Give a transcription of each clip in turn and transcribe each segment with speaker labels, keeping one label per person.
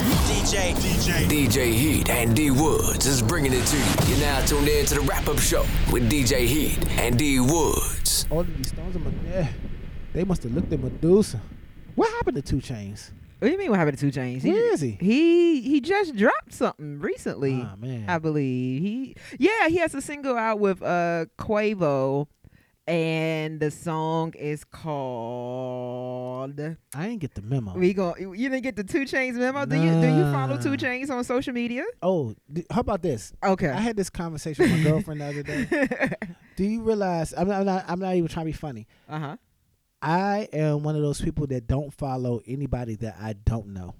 Speaker 1: DJ. DJ.
Speaker 2: DJ Heat and D Woods is bringing it to you. You're now tuned in to the wrap up show with DJ Heat and D Woods.
Speaker 3: All of these stones in my neck. They must have looked at Medusa. What happened to Two Chains?
Speaker 4: What do Oh, you mean? What happened to Two Chains?
Speaker 3: Where
Speaker 4: ju-
Speaker 3: is he?
Speaker 4: He he just dropped something recently.
Speaker 3: Ah, man.
Speaker 4: I believe he. Yeah, he has a single out with uh Quavo, and the song is called.
Speaker 3: I didn't get the memo.
Speaker 4: We go. You didn't get the Two Chains memo. Do you do you follow
Speaker 3: Oh. Nah.
Speaker 4: Two Chains on social media?
Speaker 3: oh, d- how about this? I
Speaker 4: Okay.
Speaker 3: had this conversation with my girlfriend the other day. Do you realize? I'm not, I'm not. I'm not even trying to be funny.
Speaker 4: uh huh.
Speaker 3: I am one of those people that don't follow anybody that I don't know.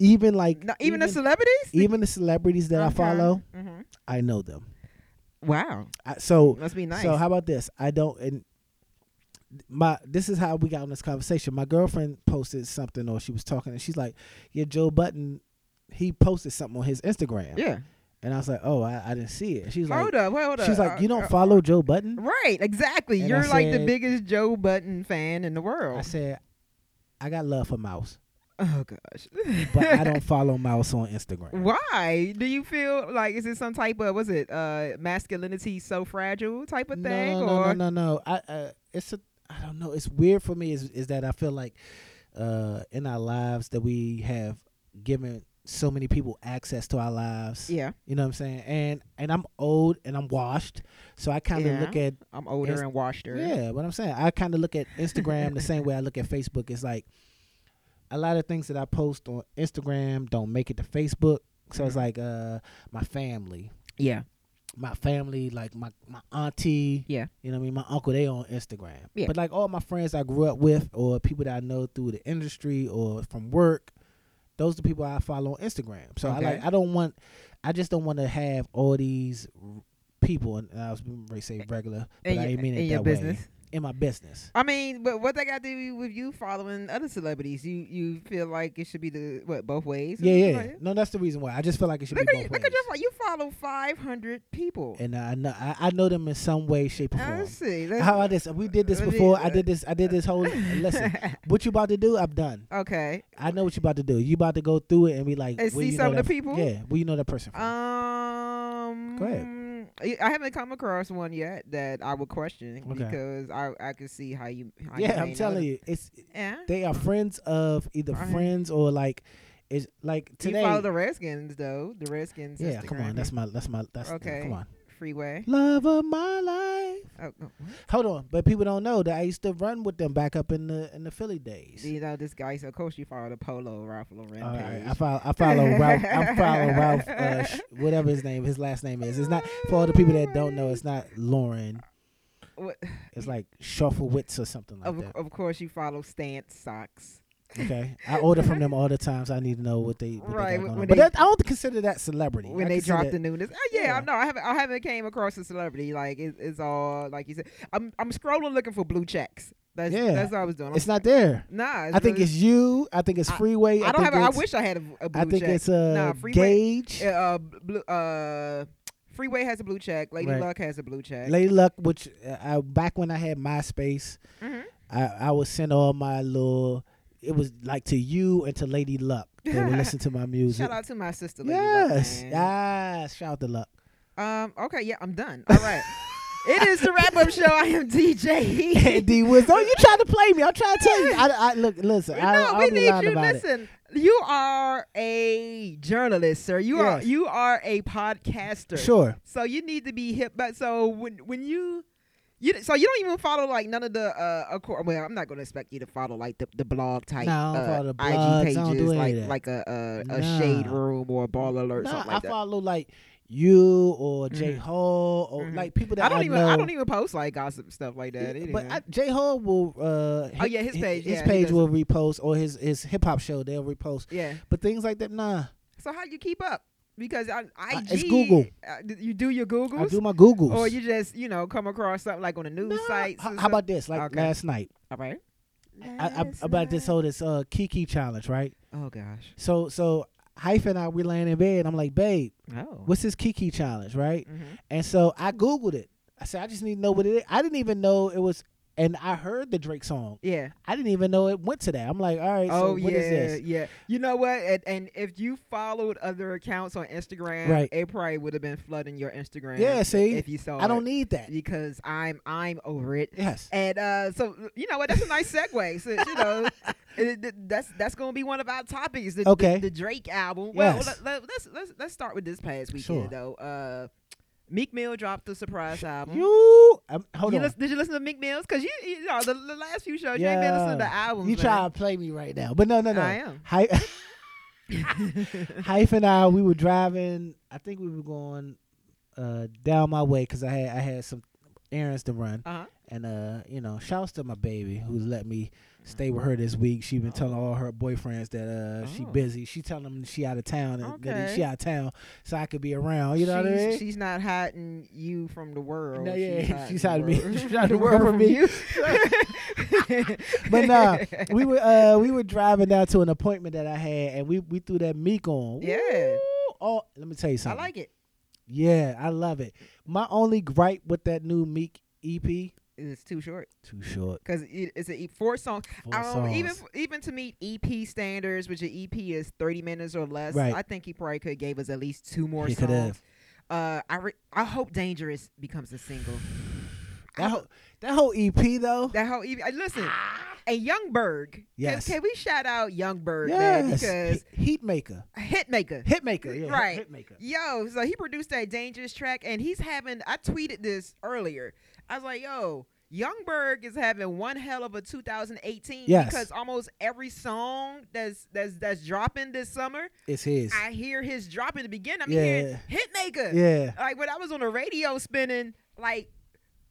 Speaker 3: Even like
Speaker 4: No, even, the celebrities.
Speaker 3: even the celebrities that I follow,
Speaker 4: hmm
Speaker 3: I know them.
Speaker 4: Wow.
Speaker 3: I, so
Speaker 4: Must be nice.
Speaker 3: So how about this? I don't and my this is how we got on this conversation. My girlfriend posted something or she was talking and she's like, Yeah, Joe Button, he posted something on his Instagram.
Speaker 4: yeah.
Speaker 3: And I was like, Oh, I, I didn't see it. She's
Speaker 4: hold
Speaker 3: like
Speaker 4: up. Hold up.
Speaker 3: She's like, You don't
Speaker 4: Uh,
Speaker 3: follow Joe Button?
Speaker 4: Right, exactly.
Speaker 3: And I
Speaker 4: You're like the
Speaker 3: said-
Speaker 4: biggest Joe Button fan in the world.
Speaker 3: I said, I got love for Mouse.
Speaker 4: oh gosh.
Speaker 3: But I don't follow Mouse on Instagram.
Speaker 4: Why do you feel like is it some type of was it uh masculinity so fragile type of
Speaker 3: no,
Speaker 4: thing
Speaker 3: no,
Speaker 4: or
Speaker 3: no, no, no. I uh, it's a I don't know. It's weird for me is is that I feel like uh in our lives that we have given so many people access to our lives.
Speaker 4: yeah
Speaker 3: You know what I'm saying? And and I'm old and I'm washed, so I kind of
Speaker 4: Yeah.
Speaker 3: look at
Speaker 4: I'm older
Speaker 3: It's-
Speaker 4: and washed her
Speaker 3: yeah. What I'm saying, I kind of look at Instagram the same way I look at Facebook. It's like a lot of things that I post on Instagram don't make it to Facebook. So
Speaker 4: Mm-hmm.
Speaker 3: it's like uh my family,
Speaker 4: yeah
Speaker 3: my family, like my my auntie,
Speaker 4: yeah
Speaker 3: you know what I mean? My uncle, they on Instagram.
Speaker 4: Yeah.
Speaker 3: But like all my friends I grew up with or people that I know through the industry or from work, those are the people I follow on Instagram. So I
Speaker 4: Okay.
Speaker 3: like I don't want I just don't want to have all these r- people and I was going to say regular, but
Speaker 4: in,
Speaker 3: I
Speaker 4: your-
Speaker 3: ain't mean it
Speaker 4: in
Speaker 3: that
Speaker 4: your
Speaker 3: way.
Speaker 4: business
Speaker 3: In my business.
Speaker 4: I mean but what that got to do with you following other celebrities you you feel like it should be the what both ways or
Speaker 3: Yeah,
Speaker 4: something
Speaker 3: yeah.
Speaker 4: like that?
Speaker 3: No, that's the reason why. I just feel like it should
Speaker 4: look
Speaker 3: be
Speaker 4: at
Speaker 3: both
Speaker 4: you
Speaker 3: ways.
Speaker 4: look at your fo- you follow 500 people
Speaker 3: and I know I, I know them in some way, shape, or
Speaker 4: I
Speaker 3: form.
Speaker 4: see Let's-
Speaker 3: How about this? We did this
Speaker 4: Let me-
Speaker 3: before. I did this. I did this whole. Listen, what you about to do? I've done.
Speaker 4: okay
Speaker 3: I know what you about to do. You about to go through it and be like,
Speaker 4: And
Speaker 3: where
Speaker 4: see
Speaker 3: you
Speaker 4: some
Speaker 3: know
Speaker 4: of the
Speaker 3: that-
Speaker 4: people?
Speaker 3: Yeah, where you know that person from?
Speaker 4: Um,
Speaker 3: Go ahead.
Speaker 4: I I haven't come across one yet that I would question
Speaker 3: Okay.
Speaker 4: because I I can see how you. How
Speaker 3: yeah, I'm telling you, it's
Speaker 4: Yeah.
Speaker 3: they are friends of either
Speaker 4: Alright.
Speaker 3: friends or like it's like today.
Speaker 4: you follow the Redskins though. The Redskins.
Speaker 3: yeah, come on,
Speaker 4: Instagram
Speaker 3: that's my that's my that's
Speaker 4: Okay.
Speaker 3: come on,
Speaker 4: freeway.
Speaker 3: love of my life.
Speaker 4: Oh, oh, what?
Speaker 3: Hold on, but people don't know that I used to run with them back up in the in the Philly days.
Speaker 4: you know this guy. So of course you follow the Polo Ralph Lauren
Speaker 3: All right,
Speaker 4: page.
Speaker 3: I follow. I follow Ralph. I'm following Ralph. Uh, sh- whatever his name, his last name is. It's not for all the people that don't know. It's not Lauren.
Speaker 4: What-
Speaker 3: It's like Shufflewitz or something like
Speaker 4: of,
Speaker 3: that.
Speaker 4: of course you follow Stance socks.
Speaker 3: Okay, I order from them all the time, so I need to know what they what
Speaker 4: Right,
Speaker 3: they got going on.
Speaker 4: when they-
Speaker 3: But that, I don't consider that celebrity.
Speaker 4: when
Speaker 3: I
Speaker 4: they
Speaker 3: consider
Speaker 4: dropped the newness. Oh, yeah,
Speaker 3: Yeah.
Speaker 4: I know. I haven't. I haven't came across a celebrity. Like it, it's all like you said. I'm I'm scrolling looking for blue checks. That's
Speaker 3: Yeah.
Speaker 4: that's what I was doing. I'm-
Speaker 3: It's not there.
Speaker 4: Nah,
Speaker 3: I think
Speaker 4: really-
Speaker 3: it's you. I think it's
Speaker 4: I-
Speaker 3: Freeway.
Speaker 4: I don't
Speaker 3: think
Speaker 4: have. I
Speaker 3: it's-
Speaker 4: wish I had a, a blue
Speaker 3: I think
Speaker 4: check.
Speaker 3: it's uh,
Speaker 4: Nah, Freeway-
Speaker 3: Gage.
Speaker 4: Uh, uh, blue, uh, Freeway has a blue check. Lady
Speaker 3: Right.
Speaker 4: Luck has a blue check.
Speaker 3: Lady Luck, which uh, I, back when I had MySpace,
Speaker 4: Mhm.
Speaker 3: I, I would send all my little. It was like to you and to Lady Luck. They would listen to my music.
Speaker 4: Shout out to my sister. Lady Luck,
Speaker 3: yes,
Speaker 4: man.
Speaker 3: yes. Shout out to Luck.
Speaker 4: Um. Okay. Yeah. I'm done. All right. it is the wrap up show. I am DJ. Heat.
Speaker 3: D Wiz, oh, you trying to play me? I'm trying to tell you. I, I look, listen. I,
Speaker 4: no,
Speaker 3: I'll
Speaker 4: we
Speaker 3: be
Speaker 4: need
Speaker 3: loud
Speaker 4: you.
Speaker 3: about it.
Speaker 4: Listen, you are a journalist, sir. You are
Speaker 3: Yes.
Speaker 4: you are a podcaster.
Speaker 3: Sure.
Speaker 4: So you need to be hip. But so when when you you so you don't even follow like none of the uh of cour- well I'm not gonna expect you to follow like the, the blog type
Speaker 3: No, I don't
Speaker 4: uh,
Speaker 3: follow the blogs. I
Speaker 4: IG pages
Speaker 3: don't do any of
Speaker 4: like
Speaker 3: that.
Speaker 4: like a a, a
Speaker 3: Nah.
Speaker 4: shade room or a ball alert
Speaker 3: Nah,
Speaker 4: something
Speaker 3: I
Speaker 4: like that.
Speaker 3: follow like you or J
Speaker 4: Mhm.
Speaker 3: Hole or
Speaker 4: Mhm.
Speaker 3: like people that
Speaker 4: I don't even
Speaker 3: know.
Speaker 4: I don't even post like gossip stuff like that.
Speaker 3: Yeah,
Speaker 4: either. Oh,
Speaker 3: But I, J Hole will. Uh, hi-
Speaker 4: yeah, his
Speaker 3: hi-
Speaker 4: page,
Speaker 3: His
Speaker 4: yeah, he
Speaker 3: page
Speaker 4: does
Speaker 3: will repost or his his hip hop show they'll repost.
Speaker 4: yeah.
Speaker 3: But things like that, nah.
Speaker 4: So how do you keep up? Because I, IG,
Speaker 3: Uh, it's Google.
Speaker 4: Uh, d- you do your Googles.
Speaker 3: I do my Googles.
Speaker 4: Or you just, you know, come across something like on the news
Speaker 3: Nah,
Speaker 4: sites.
Speaker 3: How,
Speaker 4: and
Speaker 3: how
Speaker 4: stuff.
Speaker 3: about this? Like
Speaker 4: Okay.
Speaker 3: last night,
Speaker 4: All right.
Speaker 3: I, I, about this whole this uh Kiki challenge, right?
Speaker 4: Oh gosh.
Speaker 3: So so hyphen and I we laying in bed. I'm like, babe,
Speaker 4: Oh.
Speaker 3: what's this Kiki challenge, right?
Speaker 4: Mhm.
Speaker 3: And so I Googled it. I said, I just need to know what it is. I didn't even know it was and I heard the Drake song.
Speaker 4: Yeah.
Speaker 3: I didn't even know it went to that. I'm like, all right, so
Speaker 4: Oh
Speaker 3: what is
Speaker 4: yeah,
Speaker 3: this?
Speaker 4: yeah. You know what? And, and if you followed other accounts on Instagram,
Speaker 3: Right.
Speaker 4: it probably would have been flooding your Instagram.
Speaker 3: Yeah, see?
Speaker 4: if you saw,
Speaker 3: I don't
Speaker 4: it,
Speaker 3: need that.
Speaker 4: because I'm I'm over it.
Speaker 3: Yes.
Speaker 4: And uh, so you know what? That's a nice segue. So, you know, it- it- that's that's gonna be one of our topics. The, the-
Speaker 3: Okay.
Speaker 4: The, Drake album. Well,
Speaker 3: Yes.
Speaker 4: let, us let's let's start with this past weekend
Speaker 3: Sure.
Speaker 4: though. Uh, Meek Mill dropped the surprise album.
Speaker 3: You um, hold
Speaker 4: You
Speaker 3: on.
Speaker 4: lis- did you listen to Meek Mill's? Cause you, you know the, the last few shows you ain't been listening to the albums.
Speaker 3: You
Speaker 4: man.
Speaker 3: try to play me right now, but no, no, no.
Speaker 4: I am.
Speaker 3: Hy- Hype and I, we were driving. I think we were going uh, down my way because I had I had some errands to run,
Speaker 4: Uh huh.
Speaker 3: and uh, you know, shouts to my baby who's
Speaker 4: Mm-hmm.
Speaker 3: let me stay with her this week. She been telling all her boyfriends that uh, she
Speaker 4: Oh.
Speaker 3: busy. She telling them she out of town and that
Speaker 4: Okay.
Speaker 3: she out of town, so I could be around. You know
Speaker 4: she's,
Speaker 3: what I mean?
Speaker 4: She's not hiding you from the world.
Speaker 3: No, yeah, she's hiding
Speaker 4: the
Speaker 3: me-
Speaker 4: world-
Speaker 3: she's hiding the world from me.
Speaker 4: you.
Speaker 3: but nah, we were uh, we were driving down to an appointment that I had, and we we threw that meek on.
Speaker 4: Yeah.
Speaker 3: Woo! Oh, let me tell you
Speaker 4: I
Speaker 3: something.
Speaker 4: like it.
Speaker 3: Yeah, I love it. My only gripe with that new Meek EP, too
Speaker 4: It's too short
Speaker 3: short.
Speaker 4: because it, it's a E, four song.
Speaker 3: Four
Speaker 4: um,
Speaker 3: songs.
Speaker 4: Even even to meet EP standards, which an EP is thirty minutes or less.
Speaker 3: Right.
Speaker 4: I think he probably could have gave us at least two more
Speaker 3: He could
Speaker 4: songs.
Speaker 3: have.
Speaker 4: Uh, I re- I hope Dangerous becomes a single.
Speaker 3: That whole, that whole EP though.
Speaker 4: That whole EP. uh, Listen, and Youngberg. Can-
Speaker 3: Ah. Yes.
Speaker 4: Can, we shout out Youngberg, man?
Speaker 3: yes.
Speaker 4: Because
Speaker 3: He- Heatmaker.
Speaker 4: Hitmaker.
Speaker 3: Hitmaker. Yeah.
Speaker 4: Right.
Speaker 3: Hitmaker.
Speaker 4: Yo, so he produced that dangerous track, and he's having. I tweeted this earlier. I was like, yo. Youngberg is having one hell of a 2018
Speaker 3: Yes.
Speaker 4: because almost every song that's that's that's dropping this summer,
Speaker 3: It's his.
Speaker 4: I hear his drop in the beginning. I'm
Speaker 3: Yeah.
Speaker 4: hearing Hitmaker.
Speaker 3: yeah.
Speaker 4: Like when I was on the radio spinning, like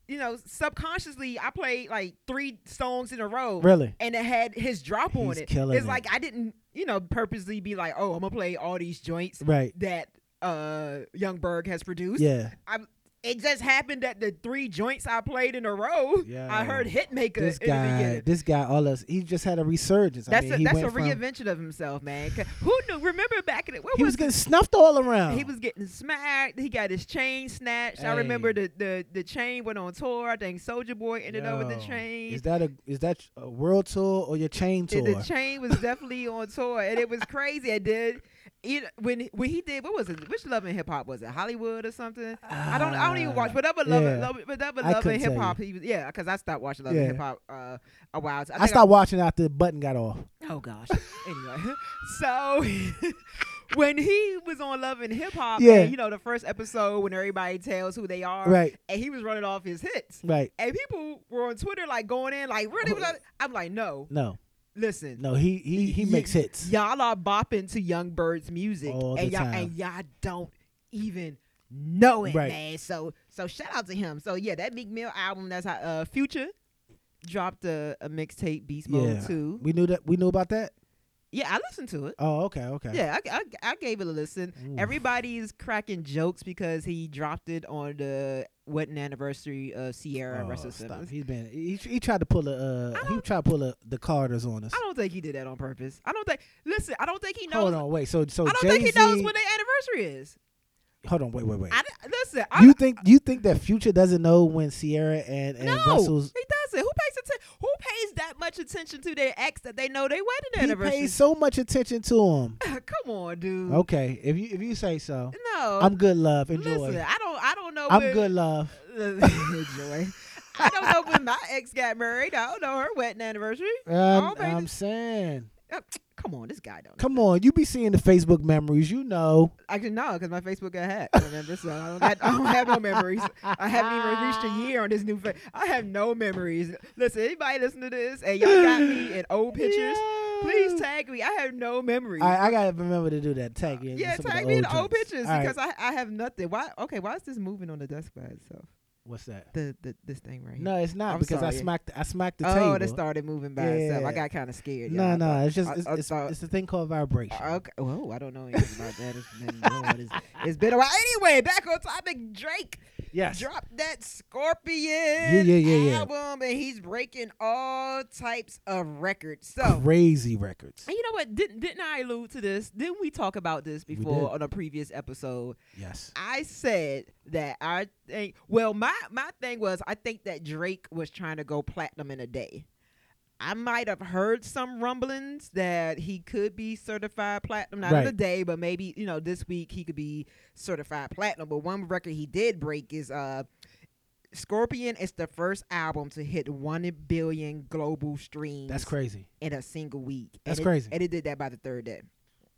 Speaker 4: you know, subconsciously I played like three songs in a row
Speaker 3: Really.
Speaker 4: and it had his drop on
Speaker 3: He's
Speaker 4: it.
Speaker 3: killing
Speaker 4: it's
Speaker 3: it.
Speaker 4: like I didn't, you know, purposely be like, oh, I'm gonna play all these joints
Speaker 3: Right.
Speaker 4: that uh Youngberg has produced.
Speaker 3: Yeah.
Speaker 4: It just happened that the three joints I played in a row, I
Speaker 3: Yo,
Speaker 4: heard Hitmaker
Speaker 3: This
Speaker 4: in the
Speaker 3: guy.
Speaker 4: beginning.
Speaker 3: This guy. All us. He just had a resurgence. I
Speaker 4: That's
Speaker 3: mean,
Speaker 4: a
Speaker 3: he
Speaker 4: that's
Speaker 3: went
Speaker 4: a
Speaker 3: from-
Speaker 4: reinvention of himself, man. 'Cause Who knew? Remember back in it? What
Speaker 3: He
Speaker 4: was,
Speaker 3: was getting snuffed all around.
Speaker 4: he was getting smacked. He got his chain snatched. I remember the, the the chain went on tour. I think Soldier Boy ended up with the
Speaker 3: Yo,
Speaker 4: chain.
Speaker 3: Is that a is that a world tour or your chain
Speaker 4: The-
Speaker 3: tour?
Speaker 4: The chain was definitely on tour, and it was crazy. I did it when when he did what was it? Which Love and Hip Hop was it? Hollywood or something? I don't I don't even watch whatever Love,
Speaker 3: Uh, yeah.
Speaker 4: and love whatever
Speaker 3: I
Speaker 4: Love
Speaker 3: couldn't
Speaker 4: and
Speaker 3: tell
Speaker 4: Hip Hop. He was yeah, because I stopped watching Love
Speaker 3: Yeah.
Speaker 4: and Hip Hop uh, a while. ago.
Speaker 3: I,
Speaker 4: think
Speaker 3: stopped watching after the button got off.
Speaker 4: Oh gosh. anyway, so when he was on Love and Hip Hop,
Speaker 3: Yeah.
Speaker 4: yeah, you know the first episode when everybody tells who they are,
Speaker 3: Right.
Speaker 4: And he was running off his hits,
Speaker 3: Right.
Speaker 4: and people were on Twitter like going in like really.
Speaker 3: Oh.
Speaker 4: I'm like, no,
Speaker 3: No.
Speaker 4: listen,
Speaker 3: No. He he he
Speaker 4: Y-
Speaker 3: makes hits.
Speaker 4: Y'all are bopping to Young Bird's music,
Speaker 3: All
Speaker 4: and
Speaker 3: the
Speaker 4: y'all
Speaker 3: time.
Speaker 4: and y'all don't even know it,
Speaker 3: Right.
Speaker 4: man. So so shout out to him. So yeah, that Meek Mill album. That's how uh, Future dropped a, a mixtape Beast Mode
Speaker 3: Yeah.
Speaker 4: too.
Speaker 3: We knew that. We knew about that.
Speaker 4: Yeah, I listened to it.
Speaker 3: Oh, okay, okay.
Speaker 4: Yeah, I, I, I gave it a listen.
Speaker 3: Ooh.
Speaker 4: Everybody's cracking jokes because he dropped it on the wedding anniversary of Sierra
Speaker 3: Oh,
Speaker 4: Russell
Speaker 3: stop.
Speaker 4: Simmons.
Speaker 3: He's been. He, he tried to pull a. Uh,
Speaker 4: I
Speaker 3: he
Speaker 4: don't-
Speaker 3: tried to pull a, the Carters on us.
Speaker 4: I don't think he did that on purpose. I don't think. Listen, I don't think he knows.
Speaker 3: Hold on, wait. So so
Speaker 4: I don't
Speaker 3: Jay
Speaker 4: think he knows when their anniversary is.
Speaker 3: Hold on, wait, wait, wait.
Speaker 4: I di- listen. I,
Speaker 3: you think you think that Future doesn't know when Sierra and and
Speaker 4: no,
Speaker 3: Russell's
Speaker 4: he doesn't. Who pays atten- Who pays that much attention to their ex that they know they wedding
Speaker 3: he
Speaker 4: anniversary?
Speaker 3: pays so much attention to him.
Speaker 4: Come on, dude.
Speaker 3: Okay, if you if you say so,
Speaker 4: No,
Speaker 3: I'm good. Love, enjoy.
Speaker 4: listen. I don't. I don't know.
Speaker 3: I'm
Speaker 4: where-
Speaker 3: good. Love.
Speaker 4: Joy. I don't know when my ex got married. I don't know her wedding anniversary.
Speaker 3: Um,
Speaker 4: baby.
Speaker 3: I'm saying,
Speaker 4: Uh, Come on, this guy don't.
Speaker 3: come on, you be seeing the Facebook memories, you know.
Speaker 4: Actually, no, because my Facebook got hacked. Remember, so I don't, got, I don't have no memories. I haven't even reached a year on this new. Fa- I have no memories. Listen, anybody listen to this, and y'all got me in old pictures.
Speaker 3: Yeah.
Speaker 4: Please tag me. I have no memories.
Speaker 3: I, I gotta remember to do that. Tag you. in
Speaker 4: yeah,
Speaker 3: some of the
Speaker 4: tag me in
Speaker 3: old
Speaker 4: the old
Speaker 3: joints.
Speaker 4: pictures
Speaker 3: All right,
Speaker 4: because I, I have nothing. Why? Okay, why is this moving on the desk by itself?
Speaker 3: what's that?
Speaker 4: The, the this thing right here.
Speaker 3: No, it's not
Speaker 4: I'm
Speaker 3: because I
Speaker 4: sorry.
Speaker 3: smacked. I smacked the
Speaker 4: oh,
Speaker 3: table.
Speaker 4: it started moving by
Speaker 3: Yeah,
Speaker 4: itself.
Speaker 3: yeah,
Speaker 4: I
Speaker 3: yeah.
Speaker 4: got kind of scared. y'all.
Speaker 3: No,
Speaker 4: I
Speaker 3: no,
Speaker 4: thought-
Speaker 3: it's just
Speaker 4: I-
Speaker 3: it's,
Speaker 4: I
Speaker 3: it's,
Speaker 4: thought-
Speaker 3: it's a thing called vibration.
Speaker 4: Okay. Whoa, I don't know anything about that. It's been, Lord, it's- it's been a while. Anyway, back on topic. Drake
Speaker 3: Yes.
Speaker 4: dropped that Scorpion
Speaker 3: yeah, yeah, yeah.
Speaker 4: album, and he's breaking all types of records. So.
Speaker 3: Crazy records.
Speaker 4: And you know what? Didn't didn't I allude to this? Didn't we talk about this
Speaker 3: We
Speaker 4: before
Speaker 3: did.
Speaker 4: on a previous episode?
Speaker 3: Yes.
Speaker 4: I said that I think. Well, my my thing was I think that Drake was trying to go platinum in a day. I might have heard some rumblings that he could be certified platinum, not in a
Speaker 3: Right.
Speaker 4: day, but maybe you know this week he could be certified platinum. But one record he did break is uh. Scorpion is the first album to hit 1 billion global streams
Speaker 3: That's crazy.
Speaker 4: in a single week. And
Speaker 3: That's
Speaker 4: it-
Speaker 3: crazy.
Speaker 4: And it did that by the third day.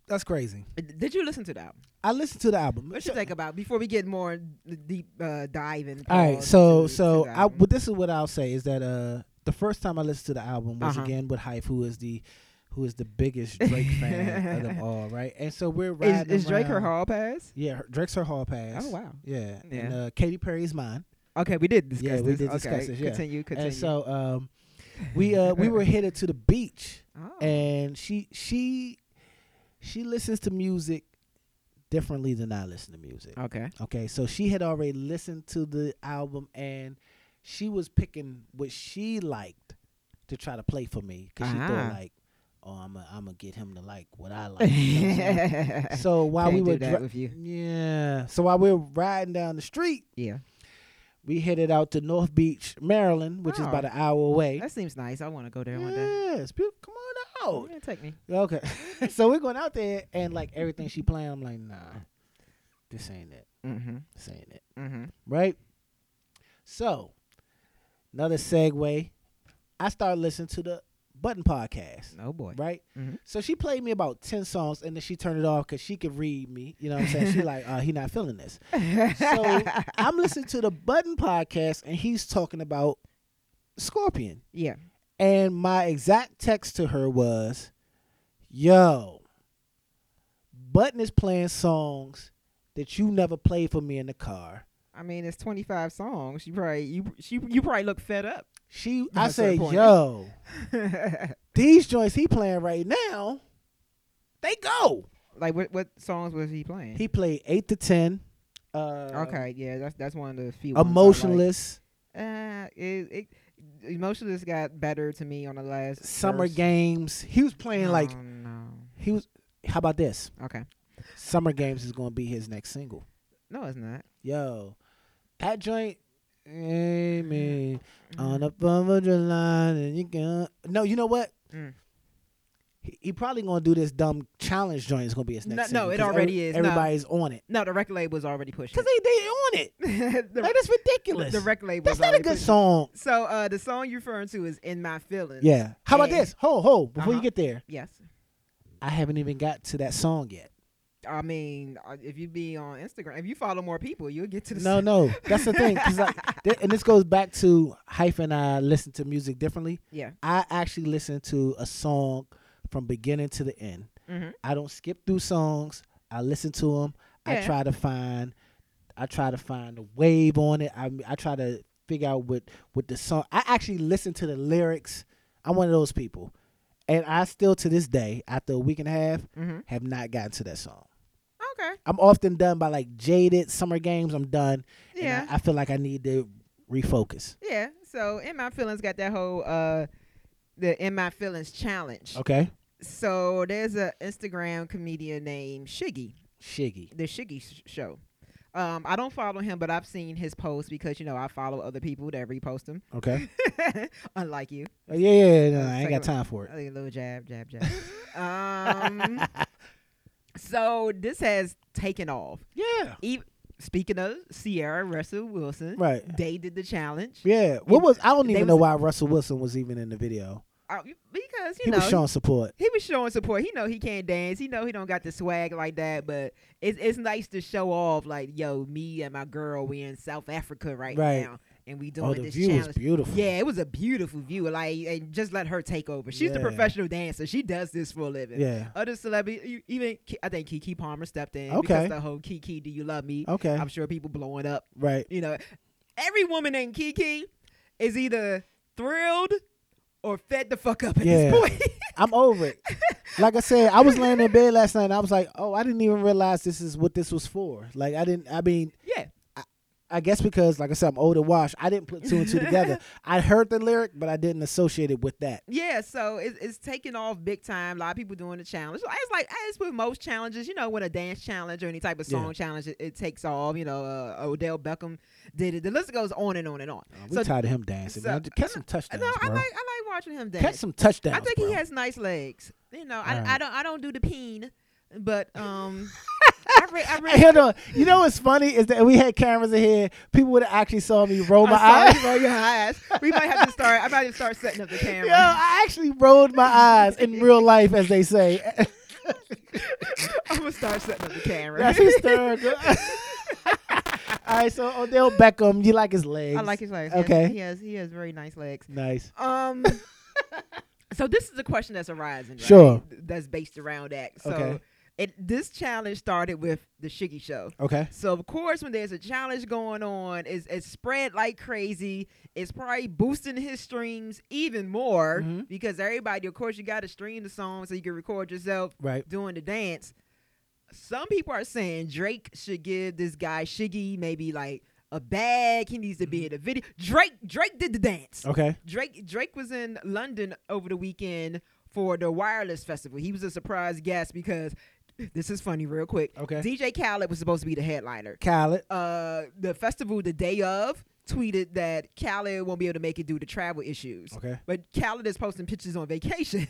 Speaker 3: That's crazy.
Speaker 4: Did you listen to that?
Speaker 3: I listened to the album.
Speaker 4: What you think about before we get more d- deep uh, dive in?
Speaker 3: All right,
Speaker 4: Paul's
Speaker 3: so
Speaker 4: to-
Speaker 3: so
Speaker 4: to the
Speaker 3: I
Speaker 4: album?
Speaker 3: but this is what I'll say is that uh the first time I listened to the album was
Speaker 4: Uh-huh.
Speaker 3: again with Hype, who is the who is the biggest Drake fan of them all, right? And so we're
Speaker 4: is,
Speaker 3: riding
Speaker 4: is Drake her
Speaker 3: around-
Speaker 4: hall pass?
Speaker 3: Yeah, her, Drake's her hall pass.
Speaker 4: Oh wow.
Speaker 3: Yeah, and
Speaker 4: Yeah.
Speaker 3: uh, Katy Perry's mine.
Speaker 4: Okay, we did discuss
Speaker 3: Yeah,
Speaker 4: this.
Speaker 3: we did
Speaker 4: okay,
Speaker 3: discuss this, yeah.
Speaker 4: Continue, continue.
Speaker 3: And so um, we uh we were headed to the beach,
Speaker 4: Oh.
Speaker 3: and she she she listens to music differently than I listen to music.
Speaker 4: okay.
Speaker 3: Okay, so she had already listened to the album and she was picking what she liked to try to play for me because she
Speaker 4: Ah.
Speaker 3: thought like, oh, I'm gonna I'm get him to like what I like. you know what I'm saying? Oh, so while we
Speaker 4: Can't do
Speaker 3: were
Speaker 4: that
Speaker 3: dri-
Speaker 4: with you.
Speaker 3: yeah, so while we were riding down the street,
Speaker 4: Yeah,
Speaker 3: we headed out to North Beach, Maryland, which is
Speaker 4: Oh.
Speaker 3: about an hour away.
Speaker 4: that seems nice. I want to go there one day.
Speaker 3: Yeah, it's beautiful. Come on out.
Speaker 4: Yeah, take me.
Speaker 3: Okay, so we're going out there and like everything she playing, I'm like, nah, this ain't it.
Speaker 4: Mm-hmm.
Speaker 3: This ain't it.
Speaker 4: Mm-hmm.
Speaker 3: right? So, another segue. I started listening to the Button podcast,
Speaker 4: Oh boy.
Speaker 3: right?
Speaker 4: Mhm.
Speaker 3: So she played me about ten songs, and then she turned it off because she could read me. You know what I'm saying? she like, uh, he not feeling this. So I'm listening to the Button podcast, and he's talking about Scorpion,
Speaker 4: Yeah.
Speaker 3: and my exact text to her was, "Yo, Button is playing songs that you never played for me in the car."
Speaker 4: I mean, it's 25 songs. You probably you she you probably look fed up.
Speaker 3: She,
Speaker 4: at
Speaker 3: I
Speaker 4: a
Speaker 3: say,
Speaker 4: certain point.
Speaker 3: yo,
Speaker 4: like
Speaker 3: these joints he playing right now, they go.
Speaker 4: what what songs was he playing?
Speaker 3: He played eight to ten. Uh,
Speaker 4: okay, yeah, that's that's one of the few. ones I like.
Speaker 3: Emotionless,
Speaker 4: Uh, it, it emotionless got better to me on the last
Speaker 3: summer
Speaker 4: verse.
Speaker 3: games. He was playing like
Speaker 4: Oh, no.
Speaker 3: he was. How about this?
Speaker 4: Okay.
Speaker 3: Summer games is gonna be his next single.
Speaker 4: No, it's not.
Speaker 3: Yo, that joint. Amy,
Speaker 4: Mm-hmm.
Speaker 3: on the Fourth of July, and you can. No, you know what?
Speaker 4: Mm.
Speaker 3: He, he probably gonna do this dumb challenge joint. Is gonna be his
Speaker 4: No-
Speaker 3: next.
Speaker 4: no,
Speaker 3: single,
Speaker 4: it
Speaker 3: 'cause
Speaker 4: already is. No.
Speaker 3: Everybody's on it.
Speaker 4: No, the record label was already pushing.
Speaker 3: Cause they they on it.
Speaker 4: it. the,
Speaker 3: Like that's ridiculous.
Speaker 4: the record label.
Speaker 3: that's
Speaker 4: was
Speaker 3: not a
Speaker 4: already
Speaker 3: good
Speaker 4: pushing it.
Speaker 3: song.
Speaker 4: So uh, the song you're referring to is "In My Feelings."
Speaker 3: Yeah. How about
Speaker 4: And-
Speaker 3: this? Ho ho! Before you
Speaker 4: Uh-huh.
Speaker 3: get there,
Speaker 4: Yes.
Speaker 3: I haven't even got to that song yet.
Speaker 4: I mean, uh, if you be on Instagram, if you follow more people, you'll get to the.
Speaker 3: No, no, that's the thing. 'cause, like, th- and this goes back to hyphen. I listen to music differently.
Speaker 4: Yeah.
Speaker 3: I actually listen to a song from beginning to the end.
Speaker 4: Mm-hmm.
Speaker 3: I don't skip through songs. I listen to them. I
Speaker 4: Yeah.
Speaker 3: try to find. I try to find a wave on it. I I try to figure out what what the song. I actually listen to the lyrics. I'm one of those people, and I still to this day, after a week and a half,
Speaker 4: Mm-hmm.
Speaker 3: have not gotten to that song.
Speaker 4: Okay.
Speaker 3: I'm often done by like jaded summer games. I'm done. and
Speaker 4: Yeah.
Speaker 3: I, I feel like I need to refocus.
Speaker 4: Yeah. So in my feelings got that whole uh the in my feelings challenge.
Speaker 3: Okay.
Speaker 4: So there's a Instagram comedian named Shiggy,
Speaker 3: Shiggy.
Speaker 4: the Shiggy Sh- Show. Um, I don't follow him, but I've seen his posts because you know I follow other people that repost them.
Speaker 3: Okay.
Speaker 4: Unlike you,
Speaker 3: Uh, yeah, yeah, yeah, no, I ain't
Speaker 4: Second
Speaker 3: got
Speaker 4: one.
Speaker 3: time for
Speaker 4: I
Speaker 3: it.
Speaker 4: think a little jab, jab, jab. um, so this has taken off.
Speaker 3: Yeah.
Speaker 4: E- speaking of Sierra Russell Wilson,
Speaker 3: Right.
Speaker 4: They did the challenge
Speaker 3: Yeah. What was I don't
Speaker 4: They
Speaker 3: even
Speaker 4: was-
Speaker 3: know why Russell Wilson was even in the video.
Speaker 4: Uh, because you
Speaker 3: He
Speaker 4: know
Speaker 3: was showing support.
Speaker 4: he was showing support. He know he can't dance. He know he don't got the swag like that. But it's it's nice to show off. Like yo, me and my girl, we in South Africa right,
Speaker 3: Right.
Speaker 4: now, and we doing
Speaker 3: Oh, the
Speaker 4: this
Speaker 3: view was
Speaker 4: challenge.
Speaker 3: beautiful.
Speaker 4: Yeah, it was a beautiful view. Like and just let her take over. She's
Speaker 3: Yeah.
Speaker 4: a professional dancer. She does this for a living.
Speaker 3: Yeah.
Speaker 4: Other celebrity, e, even Ki- I think Kiki Palmer stepped in
Speaker 3: Okay.
Speaker 4: because the whole Kiki, do you love me?
Speaker 3: Okay.
Speaker 4: I'm sure people blowing up.
Speaker 3: Right.
Speaker 4: You know, every woman named Kiki is either thrilled or fed the fuck up at
Speaker 3: Yeah.
Speaker 4: this point.
Speaker 3: I'm over it. Like I said, I was laying in bed last night and I was like, "Oh, I didn't even realize this is what this was for." Like I didn't I mean,
Speaker 4: yeah.
Speaker 3: I guess because, like I said, I'm older. Wash. I didn't put two and two together. I heard the lyric, but I didn't associate it with that.
Speaker 4: Yeah, so it's, it's taking off big time. A lot of people doing the challenge. It's like as with most challenges, you know, when a dance challenge or any type of
Speaker 3: Yeah.
Speaker 4: song challenge, it, it takes off. You know, uh, Odell Beckham did it. The list goes on and on and on.
Speaker 3: Uh, we tired of him dancing.
Speaker 4: so-
Speaker 3: man. Just Catch some
Speaker 4: no,
Speaker 3: touchdowns,
Speaker 4: I
Speaker 3: bro.
Speaker 4: like I like watching him dance.
Speaker 3: Catch some touchdowns.
Speaker 4: I think
Speaker 3: bro.
Speaker 4: he has nice legs. You know, I,
Speaker 3: Alright.
Speaker 4: I don't I don't do the peen, but um, I, re- I re-
Speaker 3: Hold on. You know what's funny is that we had cameras in here. People would have actually saw me roll my
Speaker 4: I
Speaker 3: eyes.
Speaker 4: saw you roll your eyes. We might have to start. I might have to start setting up the camera.
Speaker 3: Yo, I actually rolled my eyes in real life, as they say.
Speaker 4: I'm gonna start setting up the camera.
Speaker 3: That's hysterical. All right, so Odell Beckham, you like his legs?
Speaker 4: I like his legs.
Speaker 3: Okay.
Speaker 4: Yes, he has he has very nice legs.
Speaker 3: Nice.
Speaker 4: Um. so this is a question that's arising. Right?
Speaker 3: Sure.
Speaker 4: That's based around that. So
Speaker 3: Okay.
Speaker 4: it this challenge started with the Shiggy Show.
Speaker 3: Okay.
Speaker 4: So of course, when there's a challenge going on, it's, it's spread like crazy. It's probably boosting his streams even more
Speaker 3: Mhm.
Speaker 4: because everybody, of course, you got to stream the song so you can record yourself
Speaker 3: Right.
Speaker 4: doing the dance. Some people are saying Drake should give this guy Shiggy maybe like a bag. He needs to
Speaker 3: Mm-hmm.
Speaker 4: be in the video. Drake Drake did the dance.
Speaker 3: Okay.
Speaker 4: Drake Drake was in London over the weekend for the Wireless Festival. He was a surprise guest because this is funny, real quick.
Speaker 3: Okay.
Speaker 4: DJ Khaled was supposed to be the headliner.
Speaker 3: Khaled.
Speaker 4: Uh, the festival the day of tweeted that Khaled won't be able to make it due to travel issues.
Speaker 3: Okay.
Speaker 4: But Khaled is posting pictures on vacation.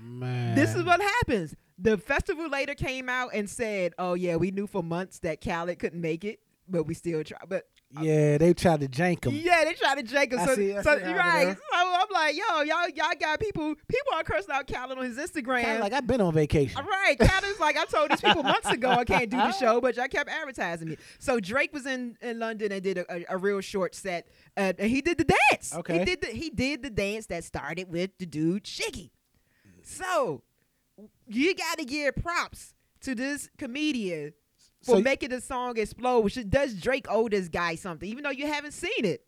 Speaker 3: Man.
Speaker 4: this is what happens. The festival later came out and said, "Oh yeah, we knew for months that Khaled couldn't make it, but we still try." But
Speaker 3: Yeah, they tried to jank him.
Speaker 4: yeah, they tried to jank him.
Speaker 3: I
Speaker 4: So,
Speaker 3: see- I
Speaker 4: so
Speaker 3: see how
Speaker 4: you're
Speaker 3: it
Speaker 4: right.
Speaker 3: is.
Speaker 4: So I'm like, yo, y'all, y'all got people. People are cursing out Khaled on his Instagram.
Speaker 3: Kinda like I've been on vacation.
Speaker 4: All right, Khaled's like I told these people months ago I can't do the show, but y'all kept advertising me. So Drake was in, in London and did a, a, a real short set, uh, and he did the dance.
Speaker 3: Okay.
Speaker 4: he did the, he did the dance that started with the dude Shiggy. So you got to give props to this comedian for
Speaker 3: So-
Speaker 4: making the song explode. Should- Does Drake owe this guy something, even though you haven't seen it?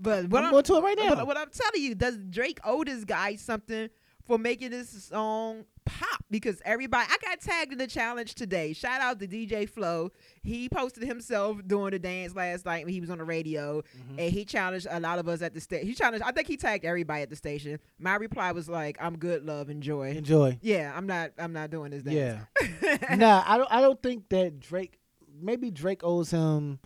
Speaker 4: But what
Speaker 3: I'm
Speaker 4: I'm,
Speaker 3: going to it right now.
Speaker 4: But what I'm telling you, does Drake owe this guy something for making this song pop? Because everybody, I got tagged in the challenge today. Shout out to DJ Flow. He posted himself doing the dance last night when he was on the radio,
Speaker 3: Mm-hmm.
Speaker 4: and he challenged a lot of us at the station. He challenged, I think he tagged everybody at the station. My reply was like, "I'm good, love, and joy."
Speaker 3: Enjoy.
Speaker 4: Yeah, I'm not, I'm not doing this dance.
Speaker 3: Yeah. nah, I don't. I don't think that Drake. Maybe Drake owes him,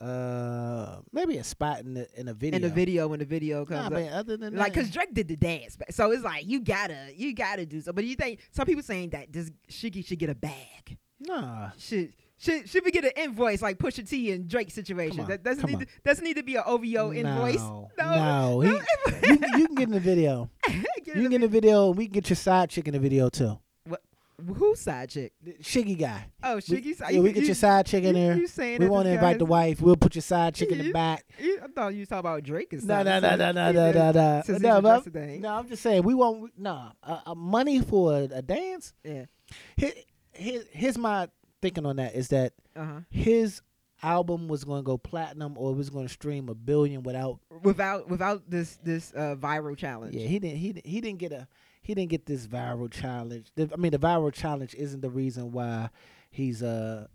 Speaker 3: uh, maybe a spot in the in a video.
Speaker 4: in the video when the video
Speaker 3: Nah,
Speaker 4: comes
Speaker 3: but
Speaker 4: up.
Speaker 3: other than
Speaker 4: Like,
Speaker 3: that,
Speaker 4: cause Drake did the dance, but- so it's like you gotta, you gotta do so. But you think some people saying that this Shiggy should get a bag?
Speaker 3: nah.
Speaker 4: Should should should we get an invoice like Pusha T and Drake situation?
Speaker 3: on,
Speaker 4: that doesn't
Speaker 3: come
Speaker 4: need
Speaker 3: on.
Speaker 4: to, doesn't need to be an OVO invoice.
Speaker 3: No, no, he-
Speaker 4: invoice.
Speaker 3: You, you can get in the video.
Speaker 4: Get
Speaker 3: You can
Speaker 4: it
Speaker 3: get in the video. and We can get your side chick in the video too.
Speaker 4: a- Who side chick?
Speaker 3: The Shiggy guy.
Speaker 4: Oh,
Speaker 3: We-
Speaker 4: Shiggy side.
Speaker 3: yeah, we get your side chick in
Speaker 4: you-
Speaker 3: there.
Speaker 4: you saying
Speaker 3: we
Speaker 4: that
Speaker 3: want to
Speaker 4: this guy
Speaker 3: invite the
Speaker 4: is-
Speaker 3: wife. We'll put your side chick in the
Speaker 4: You-
Speaker 3: back.
Speaker 4: You, I thought you was talking about Drake or
Speaker 3: No,
Speaker 4: something.
Speaker 3: no, no,
Speaker 4: so-
Speaker 3: no, no, no, no, no.
Speaker 4: Since
Speaker 3: No,
Speaker 4: he's
Speaker 3: but-
Speaker 4: just a thing.
Speaker 3: no, I'm just saying we won't. Nah, uh, uh, money for a, a dance.
Speaker 4: Yeah.
Speaker 3: Here, here, here's my thinking on that is that
Speaker 4: Uh huh.
Speaker 3: his album was going to go platinum or it was going to stream a billion without
Speaker 4: Without without this this uh, viral challenge.
Speaker 3: yeah he didn't he, didn't- he didn't get a he didn't get this viral challenge the, i mean the viral challenge isn't the reason why he's uh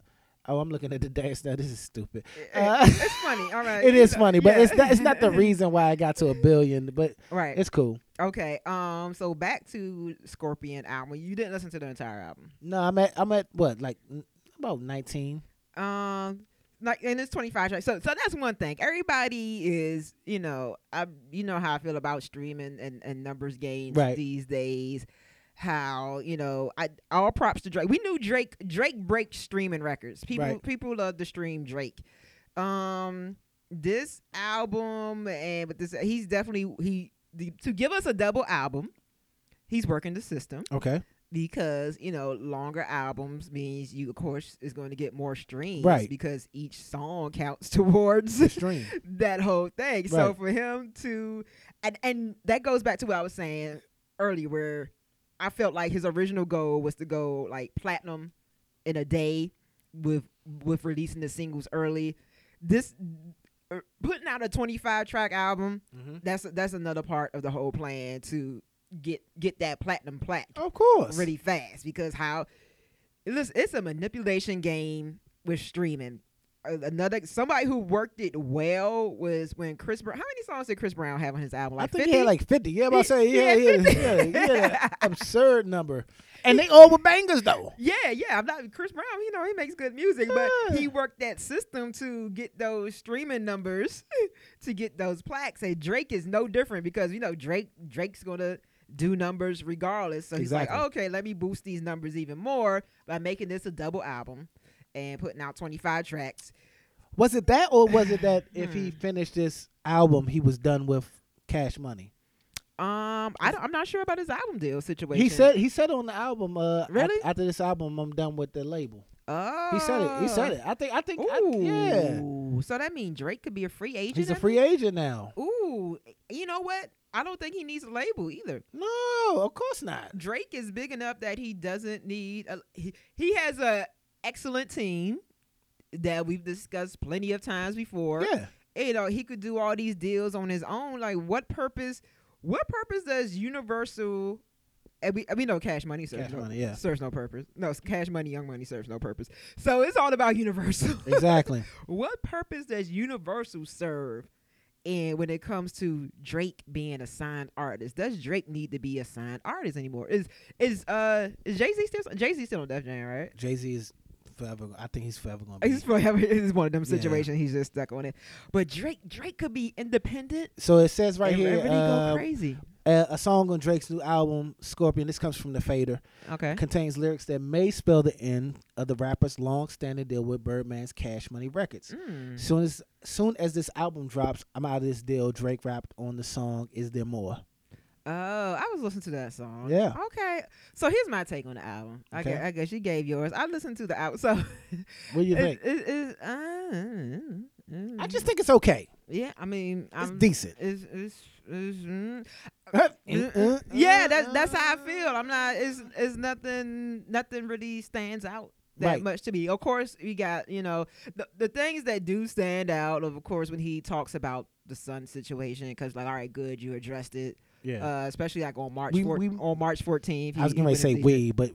Speaker 3: oh i'm looking at the dance now this is stupid Uh,
Speaker 4: It- it's funny. All right.
Speaker 3: it
Speaker 4: you
Speaker 3: is
Speaker 4: know,
Speaker 3: funny but
Speaker 4: yeah.
Speaker 3: it's not it's not the reason why it got to a billion but
Speaker 4: right.
Speaker 3: it's cool
Speaker 4: okay. Um. So back to Scorpion album. You didn't listen to the entire album.
Speaker 3: no i'm at i'm at what like n- about 19
Speaker 4: Um. Like and it's twenty five tracks. So so that's one thing. Everybody is you know I you know how I feel about streaming and and numbers games
Speaker 3: Right.
Speaker 4: these days. How you know I all props to Drake. We knew Drake Drake breaks streaming records. People
Speaker 3: Right.
Speaker 4: people love to stream Drake. Um. This album and but this he's definitely he the, to give us a double album. He's working the system
Speaker 3: okay
Speaker 4: because you know longer albums means you of course is going to get more streams
Speaker 3: Right.
Speaker 4: because each song counts towards
Speaker 3: stream
Speaker 4: that whole thing so
Speaker 3: Right.
Speaker 4: for him to and and that goes back to what i was saying earlier where i felt like his original goal was to go like platinum in a day with with releasing the singles early this er, putting out a 25 track album
Speaker 3: Mhm.
Speaker 4: that's that's another part of the whole plan to get get that platinum plaque
Speaker 3: of course
Speaker 4: really fast because how listen, it's a manipulation game with streaming. uh, another somebody who worked it well was when Chris Brown. How many songs did Chris Brown have on his album?
Speaker 3: I
Speaker 4: Like
Speaker 3: think
Speaker 4: 50?
Speaker 3: he had like fifty. Yeah, I'm about to say yeah,
Speaker 4: Yeah,
Speaker 3: yeah, yeah, yeah, absurd number, and they all were bangers though.
Speaker 4: Yeah, yeah. I'm not Chris Brown. You know, he makes good music, but
Speaker 3: Yeah.
Speaker 4: he worked that system to get those streaming numbers, to get those plaques. And Drake is no different because you know Drake Drake's gonna do numbers regardless. So he's like,
Speaker 3: Exactly.
Speaker 4: okay, let me boost these numbers even more by making this a double album and putting out 25 tracks.
Speaker 3: Was it that, or was it that if he finished this album, he was done with Cash Money?
Speaker 4: Um, I don't, I'm not sure about his album deal situation.
Speaker 3: He said he said on the album, uh, af-
Speaker 4: Really?
Speaker 3: after this album, I'm done with the label.
Speaker 4: oh,
Speaker 3: He said it. He said it. I think. I think. I, yeah,
Speaker 4: Ooh, so that means Drake could be a free agent.
Speaker 3: he's a
Speaker 4: under
Speaker 3: free agent now.
Speaker 4: Ooh, you know what? I don't think he needs a label either.
Speaker 3: No, of course not.
Speaker 4: Drake is big enough that he doesn't need a, he, he has a excellent team that we've discussed plenty of times before.
Speaker 3: Yeah,
Speaker 4: You know, he could do all these deals on his own. Like what purpose what purpose does Universal and we, and we know cash money serves
Speaker 3: Cash
Speaker 4: no,
Speaker 3: Money, yeah.
Speaker 4: serves no purpose. No, cash money, young money serves no purpose. So it's all about Universal.
Speaker 3: exactly.
Speaker 4: What purpose does Universal serve in when it comes to Drake being a signed artist? Does Drake need to be a signed artist anymore? Is is uh is Jay Z still Jay Z still on Def Jam, right?
Speaker 3: Jay Z is forever. I think he's forever gonna be.
Speaker 4: He's forever it's one of them
Speaker 3: Yeah.
Speaker 4: situations he's just stuck on it. But Drake Drake could be independent
Speaker 3: so it says right
Speaker 4: and
Speaker 3: here,
Speaker 4: really
Speaker 3: uh,
Speaker 4: go crazy.
Speaker 3: a, a song on Drake's new album, Scorpion. This comes from the Fader.
Speaker 4: Okay.
Speaker 3: Contains lyrics that may spell the end of the rapper's long-standing deal with Birdman's Cash Money Records.
Speaker 4: Mm.
Speaker 3: Soon as soon as this album drops, I'm out of this deal. Drake rapped on the song "Is There More."
Speaker 4: Oh, I was listening to that song.
Speaker 3: Yeah.
Speaker 4: Okay. So here's my take on the album. I,
Speaker 3: Okay.
Speaker 4: guess, I guess you gave yours. I listened to the album. So
Speaker 3: What do you think?
Speaker 4: it, it, it, uh, mm,
Speaker 3: I just think it's okay.
Speaker 4: Yeah, I mean,
Speaker 3: It's
Speaker 4: I'm,
Speaker 3: decent.
Speaker 4: It's, it's, it's, mm,
Speaker 3: Mm,
Speaker 4: mm,
Speaker 3: mm,
Speaker 4: yeah,
Speaker 3: mm,
Speaker 4: that's that's how I
Speaker 3: mm.
Speaker 4: feel. I'm not. It's it's nothing. Nothing really stands out that
Speaker 3: Right.
Speaker 4: much to me. Of course, we got you know the the things that do stand out. Of course, when he talks about the sun situation, because like, all right, good, you addressed it.
Speaker 3: Yeah.
Speaker 4: Uh, especially like on March
Speaker 3: We-
Speaker 4: four,
Speaker 3: we-
Speaker 4: on March 14th.
Speaker 3: I was
Speaker 4: he- he
Speaker 3: gonna
Speaker 4: went
Speaker 3: say
Speaker 4: into-
Speaker 3: we, but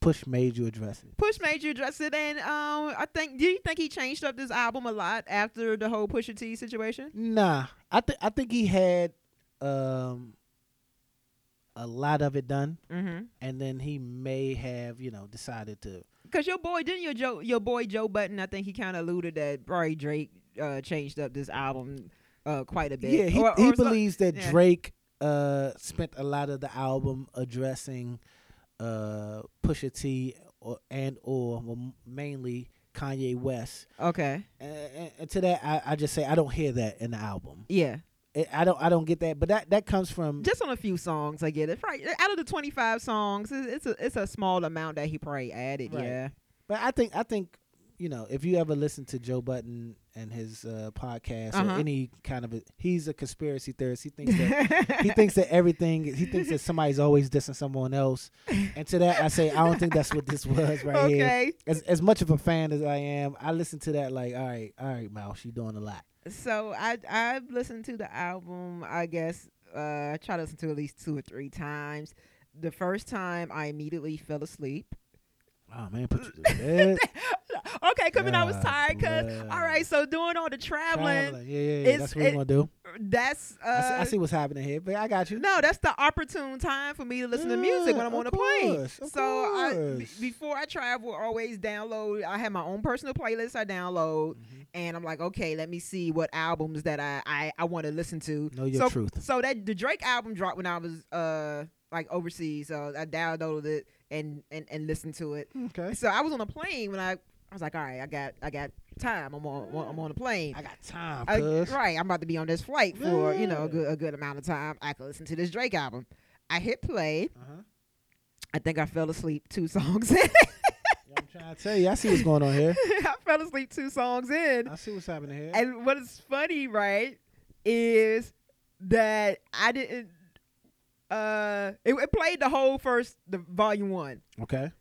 Speaker 3: Push made you address it.
Speaker 4: Push made you address it, and um, I think. Do you think he changed up this album a lot after the whole Pusha T situation?
Speaker 3: Nah, I think I think he had um a lot of it done,
Speaker 4: Mm-hmm.
Speaker 3: and then he may have you know decided to.
Speaker 4: Cause your boy didn't your Joe your boy Joe Button I think he kind of alluded that Barry Drake uh, changed up this album uh, quite a bit.
Speaker 3: Yeah, he,
Speaker 4: Or-
Speaker 3: he
Speaker 4: or so-
Speaker 3: believes that
Speaker 4: yeah.
Speaker 3: Drake uh spent a lot of the album addressing uh Pusha T or and or well, mainly Kanye West.
Speaker 4: Okay,
Speaker 3: And, and to that, I, I just say I don't hear that in the album.
Speaker 4: yeah,
Speaker 3: It, I don't I don't get that, but that that comes from
Speaker 4: just on a few songs I get it. Right out of the twenty five songs, it's, it's a it's a small amount that he probably added.
Speaker 3: Right.
Speaker 4: Yeah,
Speaker 3: But I think I think you know if you ever listen to Joe Button and his uh, podcast
Speaker 4: Uh-huh.
Speaker 3: or any kind of a, he's a conspiracy theorist. He thinks that he thinks that everything he thinks that somebody's always dissing someone else. And to that I say I don't think that's what this was right here.
Speaker 4: okay.
Speaker 3: As as much of a fan as I am, I listen to that like all right, all right, Mouse, you doing a lot.
Speaker 4: So I I've listened to the album. I guess uh, I try to listen to it at least two or three times. The first time I immediately fell asleep.
Speaker 3: Oh man, put you to bed.
Speaker 4: okay, coming I was
Speaker 3: God
Speaker 4: tired because
Speaker 3: Ah, bless.
Speaker 4: all right, so doing all the traveling,
Speaker 3: Traveling. Yeah, yeah, yeah.
Speaker 4: it's-
Speaker 3: That's what we're
Speaker 4: it-
Speaker 3: gonna do.
Speaker 4: that's uh,
Speaker 3: I see, I see what's happening here, but I got you.
Speaker 4: no, that's the opportune time for me to listen to music when I'm
Speaker 3: Yeah,
Speaker 4: on a
Speaker 3: of
Speaker 4: plane.
Speaker 3: course, of
Speaker 4: so I, b-
Speaker 3: course.
Speaker 4: before I travel, I always download. I have my own personal playlist I download,
Speaker 3: Mhm.
Speaker 4: and I'm like, okay, let me see what albums that I I, I want to listen to.
Speaker 3: Know your
Speaker 4: so,
Speaker 3: truth.
Speaker 4: So that the Drake album dropped when I was uh like overseas, so I downloaded it and and and listened to it.
Speaker 3: Okay.
Speaker 4: So I was on a plane when I I was like, all right, I got I got time. I'm on I'm on a plane.
Speaker 3: I got time,
Speaker 4: I-
Speaker 3: cuz.
Speaker 4: right, I'm about to be on this flight for you know a
Speaker 3: Yeah.
Speaker 4: good, a good amount of time. I could listen to this Drake album. I hit play.
Speaker 3: Uh-huh.
Speaker 4: I think I fell asleep two songs in.
Speaker 3: I'm trying to tell you, I see what's going on here.
Speaker 4: I fell asleep two songs in.
Speaker 3: I see what's happening here.
Speaker 4: And what is funny, right, is that I didn't. Uh, it, it played the whole first, the volume one.
Speaker 3: okay.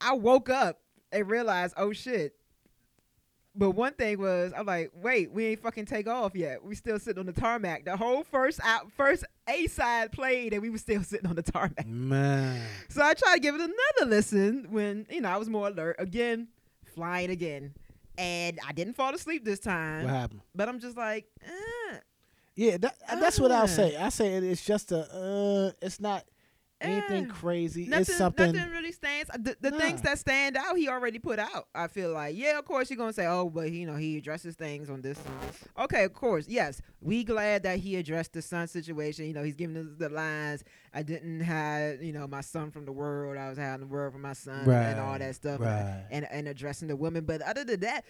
Speaker 4: I woke up and realized, oh shit. But one thing was, I'm like, wait, we ain't fucking take off yet. We still sitting on the tarmac. The whole first out, first A side played, and we were still sitting on the tarmac.
Speaker 3: Man.
Speaker 4: So I tried to give it another listen when you know I was more alert again, flying again, and I didn't fall asleep this time.
Speaker 3: What happened?
Speaker 4: But I'm just like, eh,
Speaker 3: Yeah, that, uh, that's what I'll
Speaker 4: Ah.
Speaker 3: say. I say it, it's just a. Uh, it's not anything
Speaker 4: Yeah.
Speaker 3: crazy.
Speaker 4: Ah, nothing,
Speaker 3: it's something.
Speaker 4: nothing really stands. uh, The, the things
Speaker 3: Nah.
Speaker 4: that stand out, he already put out. I feel like, yeah, of course you're gonna say, oh, but you know, he addresses things on this. Okay, of course, yes, we glad that he addressed the son situation. You know, he's giving us the lines. I didn't have, you know, my son from the world. I was having the world from my son and all
Speaker 3: Right,
Speaker 4: that stuff. And I-
Speaker 3: Right.
Speaker 4: and and addressing the women. But other than that,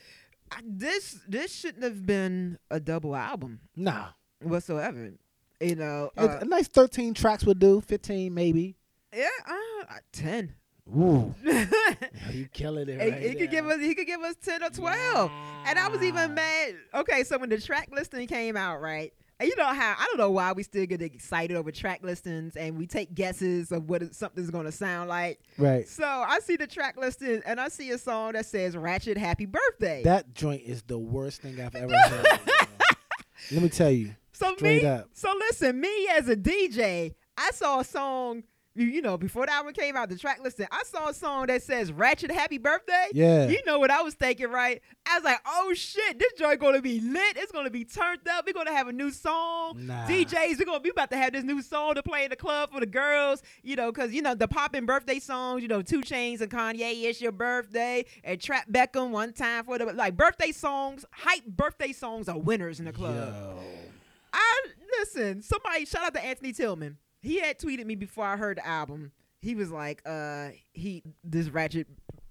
Speaker 4: I, this this shouldn't have been a double album
Speaker 3: Nah.
Speaker 4: whatsoever. You know,
Speaker 3: It-
Speaker 4: uh,
Speaker 3: a nice thirteen tracks would do. Fifteen maybe.
Speaker 4: yeah, uh, uh, ten.
Speaker 3: Ooh,
Speaker 4: He-
Speaker 3: you killing it
Speaker 4: he,
Speaker 3: right
Speaker 4: could give
Speaker 3: there.
Speaker 4: us he could give us ten or twelve. And I was even
Speaker 3: Nah.
Speaker 4: mad. Okay, so when the track listing came out, right? And you know how I don't know why we still get excited over track listings and we take guesses of what it- something's going to sound like.
Speaker 3: Right.
Speaker 4: So I see the track listing and I see a song that says "Ratchet Happy Birthday."
Speaker 3: That joint is the worst thing I've ever heard. man. Let me tell you.
Speaker 4: So
Speaker 3: Straight
Speaker 4: me,
Speaker 3: up.
Speaker 4: so listen, me as a DJ, I saw a song. You you know, before the album came out, the track listing, I saw a song that says "Ratchet Happy Birthday."
Speaker 3: Yeah.
Speaker 4: You know what I was thinking, right? I was like, "Oh shit, this joint gonna be lit. It's gonna be turned up. We're gonna have a new song.
Speaker 3: Nah.
Speaker 4: DJs, we're gonna be about to have this new song to play in the club for the girls. You know, cause you know the popping birthday songs. You know, Two Chains and Kanye, "It's Your Birthday," and Trap Beckham, "One Time for the Like birthday songs, hype birthday songs are winners in the club.
Speaker 3: Yo.
Speaker 4: I listen. Somebody shout out to Anthony Tillman. He had tweeted me before I heard the album. He was like, "Uh, he this ratchet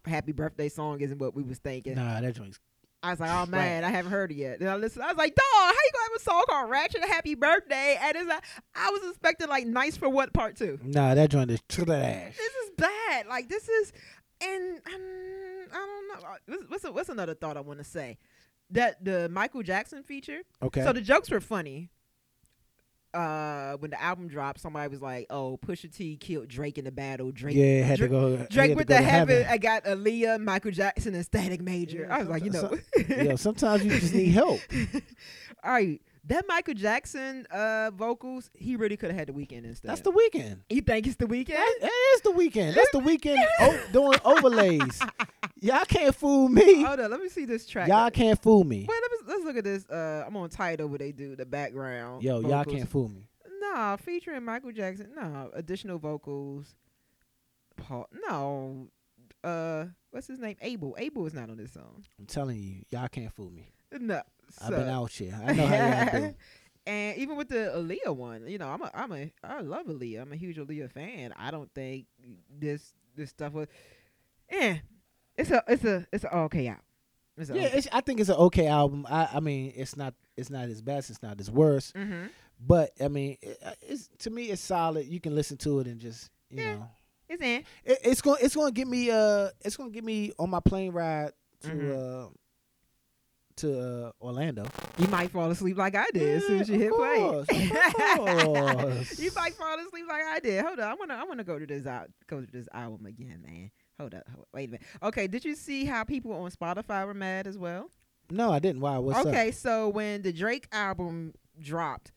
Speaker 4: happy birthday song isn't what we was thinking."
Speaker 3: Nah, that joint's.
Speaker 4: I was like, "Oh man, I haven't heard it yet." Then I listened. I was like, "Dog, how you gonna have a song called Ratchet Happy Birthday?" And it's like, I was expecting like "Nice for What" part two.
Speaker 3: Nah, that joint is trash.
Speaker 4: This is bad. Like this is, and um, I don't know. Uh, what's- What's what's another thought I want to say? That the Michael Jackson feature.
Speaker 3: Okay.
Speaker 4: So the jokes were funny. Uh, when the album dropped, somebody was like, "Oh, Pusha T killed Drake in the battle. Drake,
Speaker 3: yeah, had
Speaker 4: Drake,
Speaker 3: to go. had
Speaker 4: Drake
Speaker 3: to
Speaker 4: went
Speaker 3: go
Speaker 4: to
Speaker 3: to
Speaker 4: heaven. I got Aaliyah, Michael Jackson, and Static Major.
Speaker 3: Yeah,
Speaker 4: I was like, you know,
Speaker 3: sometimes- Yo, sometimes you just need help.
Speaker 4: all right, that Michael Jackson uh vocals, he really could have had the weekend instead.
Speaker 3: That's the weekend.
Speaker 4: you think it's the weekend?
Speaker 3: That, that is the weekend. That's the weekend o- doing overlays. Y'all can't fool me.
Speaker 4: Hold on, let me see this track.
Speaker 3: Y'all can't fool me.
Speaker 4: Wait, let me, let's look at this. Uh, I'm on title where they do the background.
Speaker 3: Yo, y'all
Speaker 4: vocals.
Speaker 3: can't fool me.
Speaker 4: Nah, featuring Michael Jackson. Nah, additional vocals. Paul. No. Uh, what's his name? Abel. Abel is not on this song.
Speaker 3: I'm telling you, y'all can't fool me.
Speaker 4: No. So,
Speaker 3: I've been out here. I know how y'all do.
Speaker 4: and even with the Aaliyah one, you know, I'm a, I'm a, I love Aaliyah. I'm a huge Aaliyah fan. I don't think this, this stuff was, eh, it's a, it's a, it's a okay out. It's a
Speaker 3: Yeah, it's, I think it's an okay album. I, I mean, it's not it's not as best, it's not as worse,
Speaker 4: mm-hmm.
Speaker 3: but I mean, it, uh, it's to me it's solid. You can listen to it and just you
Speaker 4: Yeah.
Speaker 3: know,
Speaker 4: It's in.
Speaker 3: it, it's going it's going to get me uh it's going to get me on my plane ride to uh to uh, Orlando.
Speaker 4: You might fall asleep like I did as soon as you hit
Speaker 3: Mm, course,
Speaker 4: play.
Speaker 3: of course.
Speaker 4: you might fall asleep like I did. Hold on, I wanna I wanna go to this out go to this album again, man. Hold up, hold, wait a minute. Okay, did you see how people on Spotify were mad as well?
Speaker 3: No, I didn't. Why? What's
Speaker 4: okay,
Speaker 3: up?
Speaker 4: so when the Drake album dropped,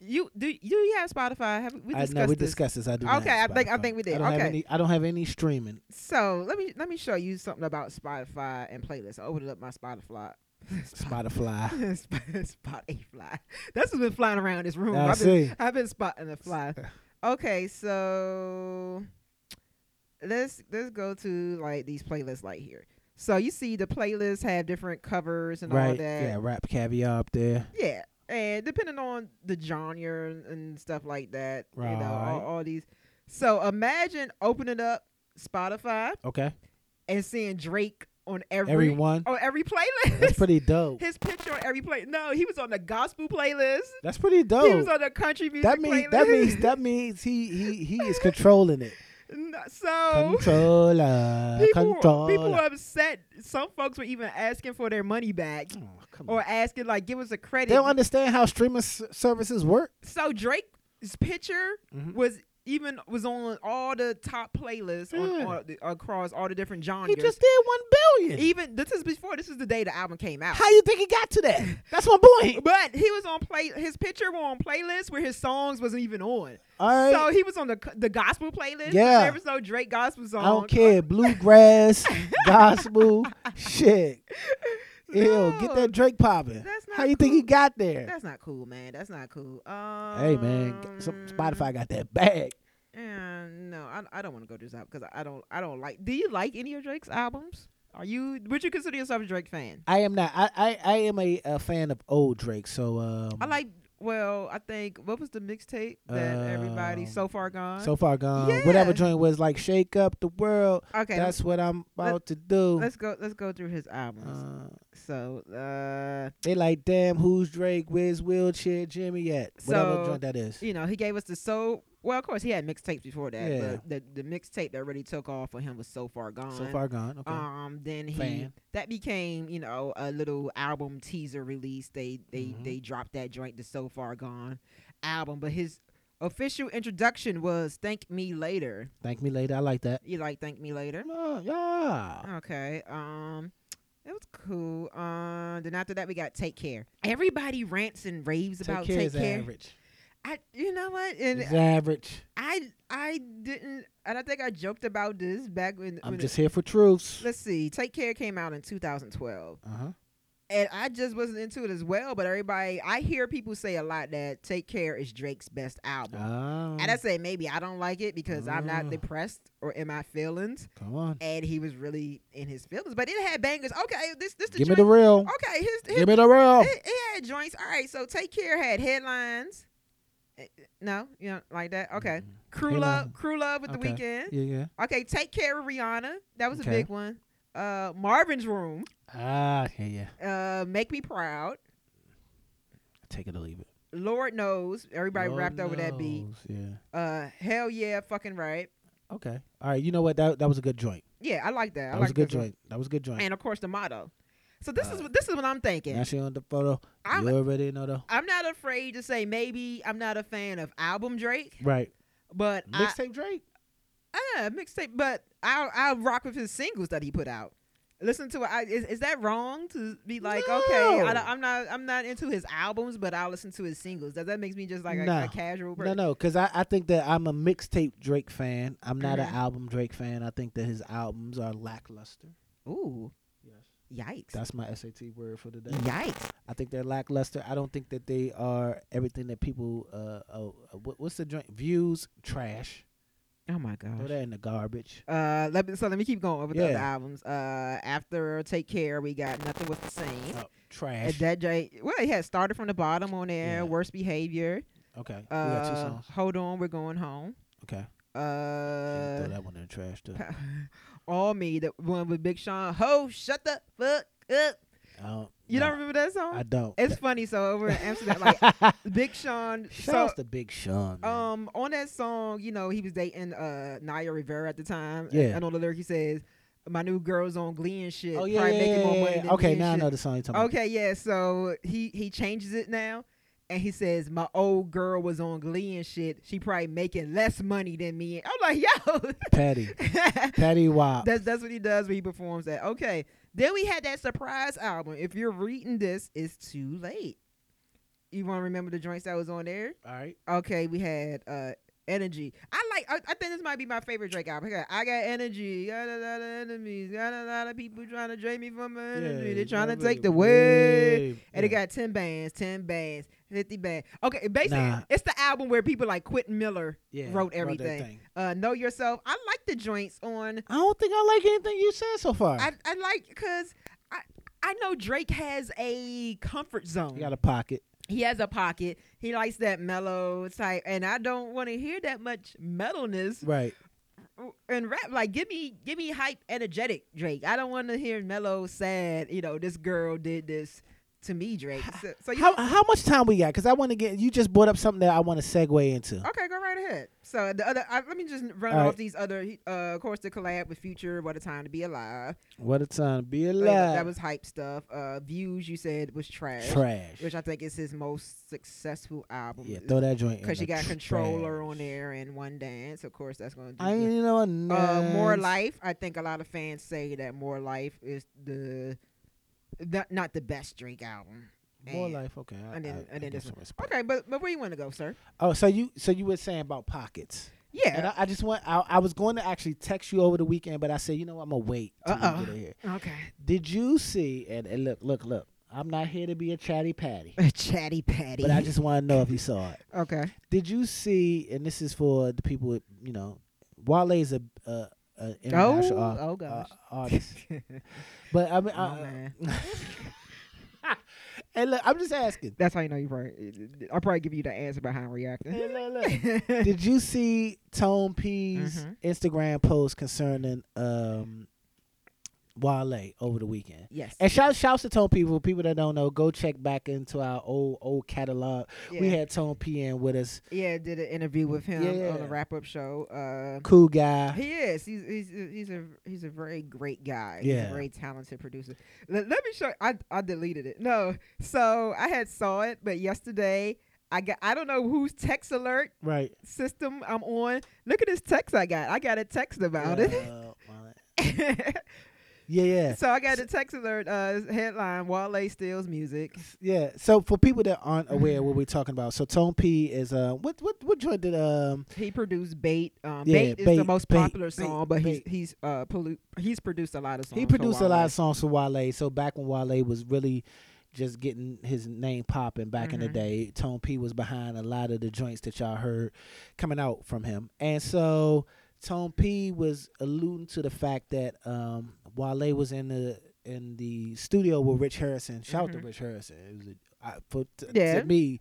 Speaker 4: you do do you have Spotify? Have we
Speaker 3: I
Speaker 4: discussed
Speaker 3: know we
Speaker 4: this?
Speaker 3: discussed this. I do. not
Speaker 4: Okay,
Speaker 3: have
Speaker 4: I think- I
Speaker 3: Spotify.
Speaker 4: think we did.
Speaker 3: I don't have
Speaker 4: Okay.
Speaker 3: any. I don't have any streaming.
Speaker 4: So let me let me show you something about Spotify and playlists. I opened up my Spotify.
Speaker 3: Spotify.
Speaker 4: Spot, spot a fly. That's what's been flying around this room.
Speaker 3: I
Speaker 4: I've been,
Speaker 3: see.
Speaker 4: I've been spotting a fly. Okay, so let's let's go to like these playlists like here. So you see the playlists have different covers and all
Speaker 3: Right.
Speaker 4: that.
Speaker 3: Yeah. Rap caviar up there.
Speaker 4: Yeah, and depending on the genre and, and stuff like that, you know, all,
Speaker 3: Right.
Speaker 4: all these. So imagine opening up Spotify
Speaker 3: Okay.
Speaker 4: and seeing Drake on every
Speaker 3: Everyone.
Speaker 4: on every playlist.
Speaker 3: That's pretty dope.
Speaker 4: His picture on every play. No, he was on the gospel playlist.
Speaker 3: That's pretty
Speaker 4: He was
Speaker 3: dope.
Speaker 4: on the country music
Speaker 3: Oh, That means
Speaker 4: playlist.
Speaker 3: that means that means he he he is controlling it.
Speaker 4: No, so
Speaker 3: Controller.
Speaker 4: Oh. people,
Speaker 3: controller.
Speaker 4: people were upset. Some folks were even asking for their money back
Speaker 3: Oh, come
Speaker 4: or
Speaker 3: on.
Speaker 4: asking like, give us a credit.
Speaker 3: They don't understand how streaming s- services work.
Speaker 4: so Drake's picture
Speaker 3: Mhm.
Speaker 4: was even was on all the top playlists on,
Speaker 3: Yeah.
Speaker 4: all the, across all the different genres.
Speaker 3: He just did one billion.
Speaker 4: even this is before this is the day the album came out.
Speaker 3: How you think he got to that? That's my point.
Speaker 4: But he was on play. His picture were on playlists where his songs wasn't even on.
Speaker 3: All right.
Speaker 4: So he was on the the gospel playlist.
Speaker 3: Yeah.
Speaker 4: there was no Drake gospel song.
Speaker 3: I don't care. Bluegrass, gospel, shit. Ill. Get
Speaker 4: No.
Speaker 3: that Drake popping.
Speaker 4: Oh, That's not
Speaker 3: How you think he
Speaker 4: cool.
Speaker 3: got there?
Speaker 4: That's not cool, man. That's not cool. Um,
Speaker 3: Hey man, g- some, Spotify got that bag.
Speaker 4: Yeah, no, I, I don't want to go to this album because I don't I don't like. Do you like any of Drake's albums? Are you would you consider yourself a Drake fan?
Speaker 3: I am not. I I, I am a, a fan of old Drake. So um,
Speaker 4: I like. Well, I think what was the mixtape that everybody
Speaker 3: Um,
Speaker 4: so far gone?
Speaker 3: so far gone.
Speaker 4: Yeah.
Speaker 3: Whatever joint was like, shake up the world.
Speaker 4: okay,
Speaker 3: That's what I'm about to do.
Speaker 4: let's go let's go through his albums.
Speaker 3: Uh,
Speaker 4: so uh,
Speaker 3: they like, damn, who's Drake? Where's wheelchair Jimmy at? Whatever
Speaker 4: So,
Speaker 3: joint that is.
Speaker 4: you know, he gave us the so. Well, of course, he had mixtapes before that,
Speaker 3: Yeah.
Speaker 4: but the the mixtape that really took off for him was so far gone.
Speaker 3: So far gone. Okay.
Speaker 4: Um, then he
Speaker 3: Fan.
Speaker 4: that became you know a little album teaser release. They they
Speaker 3: Mhm.
Speaker 4: they dropped that joint the So Far Gone album, but his official introduction was "Thank Me Later."
Speaker 3: Thank me later. I like that.
Speaker 4: You like "Thank Me Later"?
Speaker 3: Oh, yeah.
Speaker 4: Okay. Um, it was cool. Um, then after that we got "Take Care." Everybody rants and raves about
Speaker 3: care
Speaker 4: "Take
Speaker 3: is
Speaker 4: Care."
Speaker 3: average.
Speaker 4: I you know what? And
Speaker 3: It's average.
Speaker 4: I I didn't, and I think I joked about this back when.
Speaker 3: I'm
Speaker 4: when
Speaker 3: just here for truths.
Speaker 4: Let's see. Take Care came out in 2012.
Speaker 3: Uh huh.
Speaker 4: and I just wasn't into it as well. But everybody, I hear people say a lot that "Take Care" is Drake's best album,
Speaker 3: Oh,
Speaker 4: and I say maybe I don't like it because I'm
Speaker 3: Oh.
Speaker 4: not depressed or in my feelings.
Speaker 3: come on.
Speaker 4: And he was really in his feelings, but it had bangers. Okay, this this the
Speaker 3: Give me
Speaker 4: joint.
Speaker 3: the real.
Speaker 4: okay, his, his
Speaker 3: Give me the real.
Speaker 4: it, it had joints. All right, so "Take Care" had headlines. Eh, No, you know, like that. Okay, crew love,
Speaker 3: Mm-hmm. Headline.
Speaker 4: crew love with
Speaker 3: Okay.
Speaker 4: the weekend.
Speaker 3: Mm-hmm. Yeah, yeah.
Speaker 4: Okay, take care of Rihanna. That was
Speaker 3: Okay.
Speaker 4: a big one. Uh, Marvin's room.
Speaker 3: Ah, yeah, yeah.
Speaker 4: Uh, make me proud.
Speaker 3: Take it or leave it.
Speaker 4: Lord knows. Everybody
Speaker 3: Lord
Speaker 4: wrapped over that beat.
Speaker 3: knows, Yeah.
Speaker 4: Uh, hell yeah, fucking right.
Speaker 3: Okay. All right. You know what? That that was a good joint.
Speaker 4: Yeah, I like that.
Speaker 3: That
Speaker 4: I
Speaker 3: was
Speaker 4: like
Speaker 3: a good
Speaker 4: this one.
Speaker 3: joint. That was a good joint.
Speaker 4: And of course, the motto. So this is
Speaker 3: Uh,
Speaker 4: what this is what I'm thinking.
Speaker 3: Now she on the photo.
Speaker 4: I'm-
Speaker 3: you already know though.
Speaker 4: I'm not afraid to say maybe I'm not a fan of album Drake,
Speaker 3: Right.
Speaker 4: but I,
Speaker 3: Mixtape Drake.
Speaker 4: uh, mixtape. But I I rock with his singles that he put out. Listen to it. I, is, is that wrong to be like okay?
Speaker 3: No.
Speaker 4: I, don't- I'm not I'm not into his albums, but I'll listen to his singles. Does that makes me just like a- a,
Speaker 3: No.
Speaker 4: casual
Speaker 3: No,
Speaker 4: person?
Speaker 3: no, because I, I think that I'm a mixtape Drake fan. I'm not
Speaker 4: Mhm.
Speaker 3: an album Drake fan. I think that his albums are lackluster.
Speaker 4: Ooh,
Speaker 3: Yes.
Speaker 4: yikes!
Speaker 3: That's my SAT word for the day.
Speaker 4: Yikes!
Speaker 3: I think they're lackluster. I don't think that they are everything that people. Uh, uh, uh what, what's the joint? Views trash.
Speaker 4: Oh my gosh!
Speaker 3: Throw that in the garbage.
Speaker 4: Uh, let me, so let me keep going with the other
Speaker 3: Yeah.
Speaker 4: albums. Uh, after Take Care, we got Nothing Was the Same.
Speaker 3: Oh,
Speaker 4: And
Speaker 3: trash.
Speaker 4: that J, well, it had started from the bottom on there.
Speaker 3: Yeah.
Speaker 4: Worst Behavior.
Speaker 3: okay, we
Speaker 4: Uh,
Speaker 3: got two songs.
Speaker 4: Hold on, we're going home.
Speaker 3: Okay, Yeah, throw
Speaker 4: Uh,
Speaker 3: that one in the trash too.
Speaker 4: All Me, the one with Big Sean. Ho, shut the fuck up.
Speaker 3: I don't,
Speaker 4: You
Speaker 3: no,
Speaker 4: don't remember that song?
Speaker 3: I don't.
Speaker 4: it's funny. So over in Amsterdam, like Big Sean.
Speaker 3: Shout
Speaker 4: So,
Speaker 3: out to Big Sean. man.
Speaker 4: um, on that song, you know, he was dating uh Naya Rivera at the time.
Speaker 3: Yeah.
Speaker 4: And on the lyric, he says, "My new girl's on Glee and shit.
Speaker 3: oh yeah,
Speaker 4: probably
Speaker 3: yeah,
Speaker 4: making more
Speaker 3: yeah,
Speaker 4: money
Speaker 3: yeah.
Speaker 4: than me
Speaker 3: Okay,
Speaker 4: and
Speaker 3: now I
Speaker 4: shit."
Speaker 3: know the song you're talking about.
Speaker 4: Okay, yeah. So he he changes it now, and he says, "My old girl was on Glee and shit. She probably making less money than me." I'm like, yo,
Speaker 3: Patty, Patty Wop.
Speaker 4: that's that's what he does when he performs that. Okay. Then we had that surprise album. If you're reading this, it's too late. You want to remember the joints that was on there?
Speaker 3: All right,
Speaker 4: Okay, we had uh energy. I like. I, I think this might be my favorite Drake album. I got, I got energy. Got a lot of enemies. Got a lot of people trying to drain me from my energy. They're trying to take the way. And it got 10 bands, 10 bands, 50 bands. Okay, basically,
Speaker 3: Nah.
Speaker 4: it's the album where people like Quentin Miller
Speaker 3: yeah,
Speaker 4: wrote
Speaker 3: that
Speaker 4: everything.
Speaker 3: thing.
Speaker 4: uh, Know Yourself. I like the joints on.
Speaker 3: I don't think I like anything you said so far.
Speaker 4: I, I like because I, I know Drake has a comfort zone.
Speaker 3: you got a pocket.
Speaker 4: he has a pocket. He likes that mellow type. And I don't want to hear that much metalness
Speaker 3: Right.
Speaker 4: in rap. Like, give me, give me hype, energetic Drake. I don't want to hear mellow, sad, you know, this girl did this to me, Drake. So, so you
Speaker 3: How how much time we got? Because I want to get. You just brought up something that I want to segue into.
Speaker 4: Okay, go right ahead. So the other, I, let me just run
Speaker 3: All
Speaker 4: off
Speaker 3: right.
Speaker 4: these other. he- Uh, of course, the collab with Future, "What a Time to Be Alive."
Speaker 3: What a time to be
Speaker 4: So,
Speaker 3: alive.
Speaker 4: you know, that was hype stuff. Uh, Views, you said was trash,
Speaker 3: trash.
Speaker 4: which I think is his most successful album.
Speaker 3: yeah, throw that joint.
Speaker 4: because
Speaker 3: Because
Speaker 4: you got Controller on there and One Dance. Of course, that's going to do.
Speaker 3: I
Speaker 4: good.
Speaker 3: ain't know a
Speaker 4: uh, more
Speaker 3: nice-
Speaker 4: life. I think a lot of fans say that more life is the, the not the best Drake album.
Speaker 3: More
Speaker 4: And-
Speaker 3: life. Okay. I,
Speaker 4: and then-
Speaker 3: I-
Speaker 4: and
Speaker 3: I
Speaker 4: then
Speaker 3: give
Speaker 4: this
Speaker 3: some respect.
Speaker 4: Okay, but but where you want to go, sir?
Speaker 3: Oh, so you so you were saying about pockets? And
Speaker 4: Yeah.
Speaker 3: I, I just want I, I was going to actually text you over the weekend, but I said, you know what, I'm gonna wait till
Speaker 4: Uh-oh.
Speaker 3: you get here.
Speaker 4: okay.
Speaker 3: Did you see and, and look, look, look, I'm not here to be a chatty patty.
Speaker 4: Chatty Patty.
Speaker 3: But I just want to know if you saw it.
Speaker 4: okay.
Speaker 3: Did you see? And this is for the people, with, you know, Wale is a, a, a international ar-
Speaker 4: oh,
Speaker 3: uh,
Speaker 4: gosh.
Speaker 3: artist. but I mean,
Speaker 4: Oh,
Speaker 3: uh,
Speaker 4: man.
Speaker 3: and look, I'm just asking.
Speaker 4: That's how you know you probably. I'll probably give you the answer behind reacting.
Speaker 3: Hey, look, look. Did you see Tone P's
Speaker 4: Mhm.
Speaker 3: Instagram post concerning um, Wale over the weekend?
Speaker 4: yes.
Speaker 3: And shout shouts to Tone P. For people that don't know, go check back into our old old catalog.
Speaker 4: yeah.
Speaker 3: We had Tone P in with us.
Speaker 4: yeah, did an interview with him on
Speaker 3: Yeah.
Speaker 4: the wrap up show. Uh,
Speaker 3: Cool guy.
Speaker 4: He is. He's he's he's a he's a very great guy. He's
Speaker 3: Yeah.
Speaker 4: a very talented producer. Let, let me show. I I deleted it. No, so I had saw it, but yesterday I got. I don't know whose text alert
Speaker 3: Right.
Speaker 4: system I'm on. Look at this text I got. I got a text about
Speaker 3: Uh, Wale.
Speaker 4: it.
Speaker 3: Yeah, yeah.
Speaker 4: so I got a text alert. Uh, headline: Wale steals music.
Speaker 3: Yeah. So for people that aren't aware what we're talking about, so Tone P is uh what what what joint did um
Speaker 4: He produced Bait. Um,
Speaker 3: Yeah,
Speaker 4: Bait is the
Speaker 3: Bait,
Speaker 4: most
Speaker 3: Bait,
Speaker 4: popular
Speaker 3: Bait,
Speaker 4: song, but
Speaker 3: Bait.
Speaker 4: he's he's uh pollu- he's produced a lot of songs.
Speaker 3: he
Speaker 4: for
Speaker 3: produced a lot
Speaker 4: Wale.
Speaker 3: of songs for Wale. So back when Wale was really just getting his name popping back in the
Speaker 4: Mhm.
Speaker 3: day, Tone P was behind a lot of the joints that y'all heard coming out from him. And so Tone P was alluding to the fact that um Wale was in the in the studio with Rich Harrison. Shout out
Speaker 4: Mhm.
Speaker 3: to Rich Harrison. It was a, I, for, t-
Speaker 4: Yeah.
Speaker 3: To me,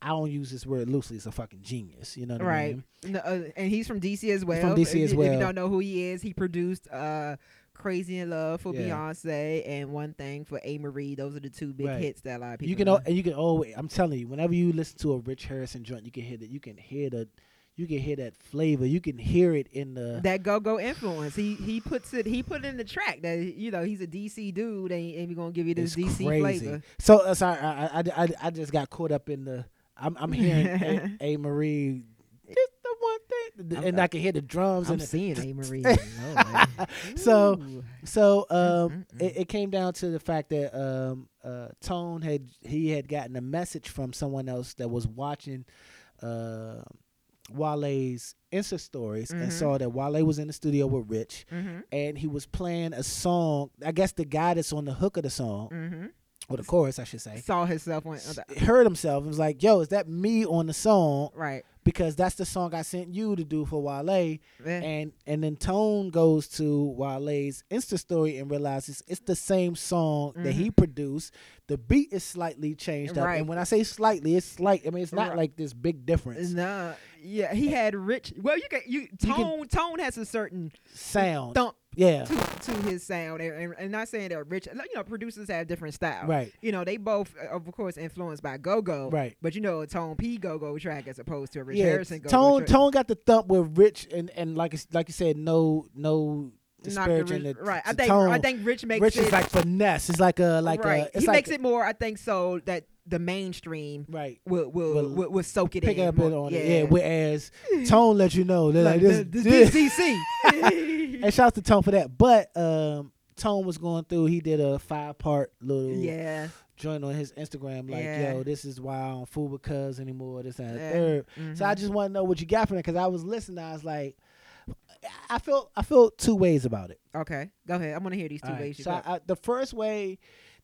Speaker 3: I don't use this word loosely. It's a fucking genius. You know what I
Speaker 4: Right.
Speaker 3: mean?
Speaker 4: No, uh, and he's from DC as well.
Speaker 3: from DC
Speaker 4: if,
Speaker 3: as
Speaker 4: you- If
Speaker 3: well.
Speaker 4: you don't know who he is, he produced uh, "Crazy in Love" for
Speaker 3: Yeah.
Speaker 4: Beyonce and "One Thing" for A. Marie. Those are the two big
Speaker 3: Right.
Speaker 4: hits that a lot of people.
Speaker 3: you can
Speaker 4: know.
Speaker 3: al- and you can always I'm telling you, whenever you listen to a Rich Harrison joint, you can hear that you can hear the you can hear that flavor. You can hear it in the
Speaker 4: that go go influence. He he puts it. He put it in the track that you know he's a DC dude, and, and we're gonna give you this
Speaker 3: it's
Speaker 4: DC
Speaker 3: crazy.
Speaker 4: flavor.
Speaker 3: So uh, sorry, I, I, I, I- I just got caught up in the I'm I'm hearing a, a Marie just the one thing th-
Speaker 4: I'm-
Speaker 3: and I can hear the drums
Speaker 4: I'm
Speaker 3: and the-
Speaker 4: seeing A. Marie. Lord.
Speaker 3: So,
Speaker 4: Ooh.
Speaker 3: So um,
Speaker 4: Mm-mm-mm.
Speaker 3: it, it came down to the fact that um, uh, Tone had he had gotten a message from someone else that was watching uh, Wale's Insta stories and
Speaker 4: Mhm.
Speaker 3: saw that Wale was in the studio with Rich
Speaker 4: Mhm,
Speaker 3: and he was playing a song. I guess the guy that's on the hook of the song
Speaker 4: mhm.
Speaker 3: or the chorus, I should say,
Speaker 4: saw himself on
Speaker 3: s-
Speaker 4: on the-
Speaker 3: heard himself and was like, "Yo, is that me on the song?"
Speaker 4: right.
Speaker 3: Because that's the song I sent you to do for Wale
Speaker 4: Eh.
Speaker 3: and and then Tone goes to Wale's Insta story and realizes it's the same song that he produced. The beat is slightly changed up,
Speaker 4: Mm-hmm. Right.
Speaker 3: and when I say slightly, it's slight. I mean, it's not
Speaker 4: Right.
Speaker 3: like this big difference.
Speaker 4: Nah, yeah, he had rich. Well, you can you
Speaker 3: can-
Speaker 4: tone tone has a certain
Speaker 3: Sound,
Speaker 4: thump
Speaker 3: yeah,
Speaker 4: to, to his sound, and, and, and not saying that rich. like, You know, producers have different styles.
Speaker 3: right,
Speaker 4: You know, they both uh, of course influenced by Go Go.
Speaker 3: right.
Speaker 4: But you know, a Tone P Go Go track as opposed to a Rich
Speaker 3: yeah,
Speaker 4: Harrison Go Go
Speaker 3: Tone
Speaker 4: track.
Speaker 3: Tone got the thump with Rich, and and like it's- like you said, no no
Speaker 4: Not the
Speaker 3: disparaging
Speaker 4: Rich-
Speaker 3: the
Speaker 4: right. I
Speaker 3: to
Speaker 4: think I
Speaker 3: Tone.
Speaker 4: think Rich makes
Speaker 3: Rich
Speaker 4: it
Speaker 3: is like finesse. It's like a like
Speaker 4: right.
Speaker 3: a. It's
Speaker 4: he
Speaker 3: like
Speaker 4: makes it more. I think so that the mainstream
Speaker 3: right.
Speaker 4: will will will,
Speaker 3: Will
Speaker 4: will, soak it
Speaker 3: Pick
Speaker 4: in.
Speaker 3: up
Speaker 4: more.
Speaker 3: it on it. Yeah. Whereas Tone let you know they're like
Speaker 4: Like,
Speaker 3: this.
Speaker 4: the- the
Speaker 3: this
Speaker 4: DCC.
Speaker 3: And shout out to Tone for that. But um, Tone was going through. He did a five part little
Speaker 4: yeah.
Speaker 3: joint on his Instagram, like,
Speaker 4: Yeah.
Speaker 3: "Yo, this is why I don't fool with Cuz anymore." This and
Speaker 4: Yeah.
Speaker 3: that third. So I
Speaker 4: Mhm.
Speaker 3: just want to know what you got from it because I was listening. I was like, I feel I feel two ways about it.
Speaker 4: Okay, go ahead. I'm gonna hear these two
Speaker 3: Alright,
Speaker 4: ways. You
Speaker 3: So I,
Speaker 4: got.
Speaker 3: I, the first way,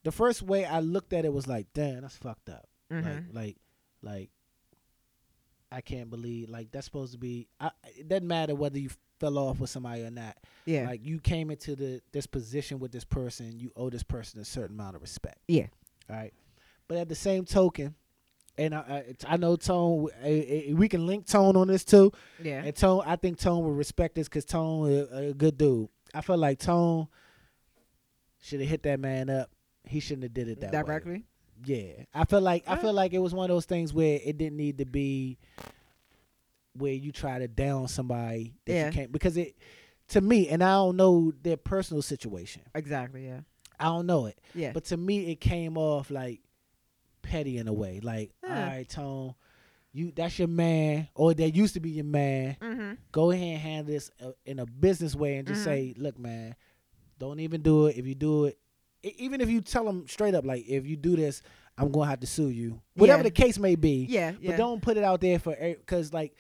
Speaker 3: the first way I looked at it was like, "Damn, that's fucked up." Like,
Speaker 4: Mhm.
Speaker 3: like, like, I can't believe like that's supposed to be. I, it doesn't matter whether you fell off with somebody or not.
Speaker 4: yeah,
Speaker 3: Like you came into the this position with this person, you owe this person a certain amount of respect.
Speaker 4: Yeah.
Speaker 3: All right. But at the same token, and I, I, it's- I know Tone, eh, eh, we can link Tone on this too.
Speaker 4: yeah.
Speaker 3: And Tone, I think Tone will respect this because Tone is a good dude. I feel like Tone should have hit that man up. He shouldn't have did it that way.
Speaker 4: directly.
Speaker 3: Yeah, I feel like I
Speaker 4: Yeah.
Speaker 3: feel like it was one of those things where it didn't need to be where you try to down somebody that
Speaker 4: Yeah.
Speaker 3: you can't because it to me and I don't know their personal situation.
Speaker 4: Exactly. Yeah.
Speaker 3: I don't know it,
Speaker 4: Yeah.
Speaker 3: but to me it came off like petty in a way. Like,
Speaker 4: Huh.
Speaker 3: all right, Tone, you that's your man or that used to be your man.
Speaker 4: mm-hmm.
Speaker 3: Go ahead and handle this uh, in a business way and just
Speaker 4: Mhm.
Speaker 3: say, look, man, don't even do it. If you do it, e- even if you tell them straight up, like if you do this, I'm gonna have to sue you, whatever
Speaker 4: Yeah.
Speaker 3: the case may be.
Speaker 4: Yeah. Yeah.
Speaker 3: But don't put it out there for because e, like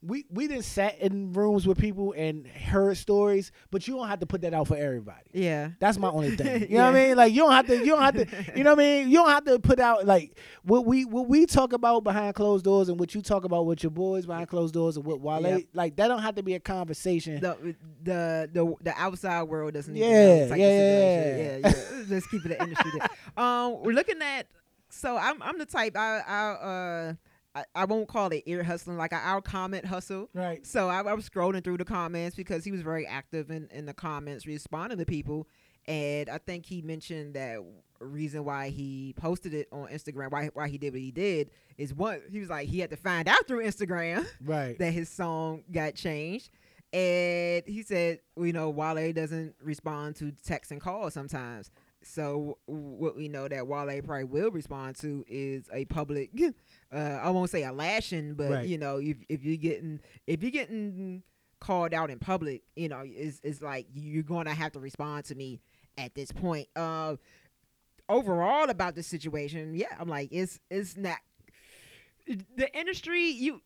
Speaker 3: we we didn't sat in rooms with people and heard stories, but you don't have to put that out for everybody.
Speaker 4: Yeah.
Speaker 3: That's my only thing. You know what I
Speaker 4: Yeah.
Speaker 3: mean? Like you don't have to. You don't have to. You know what I mean? You don't have to put out like what we what we talk about behind closed doors and what you talk about with your boys behind closed doors and what Wale
Speaker 4: Yep.
Speaker 3: like that don't have to be a conversation.
Speaker 4: the the the the outside world doesn't even
Speaker 3: Yeah,
Speaker 4: know this type of
Speaker 3: yeah,
Speaker 4: situation.
Speaker 3: yeah.
Speaker 4: yeah, yeah. Let's keep it an industry. There. Um, we're looking at so I'm I'm the type I I uh. I, I won't call it ear hustling, like I- I'll comment hustle.
Speaker 3: Right.
Speaker 4: So I, I was scrolling through the comments because he was very active in, in the comments, responding to people. And I think he mentioned that reason why he posted it on Instagram, why why he did what he did, is one he was like he had to find out through Instagram
Speaker 3: Right.
Speaker 4: that his song got changed. And he said, you know, Wale doesn't respond to texts and calls sometimes. So w- what we know that Wale probably will respond to is a public, uh, I won't say a lashing, but
Speaker 3: Right.
Speaker 4: you know, if, if you're getting if you're getting called out in public, you know, it's, it's like you're gonna have to respond to me at this point. Uh, overall about the situation, yeah, I'm like it's it's not the industry you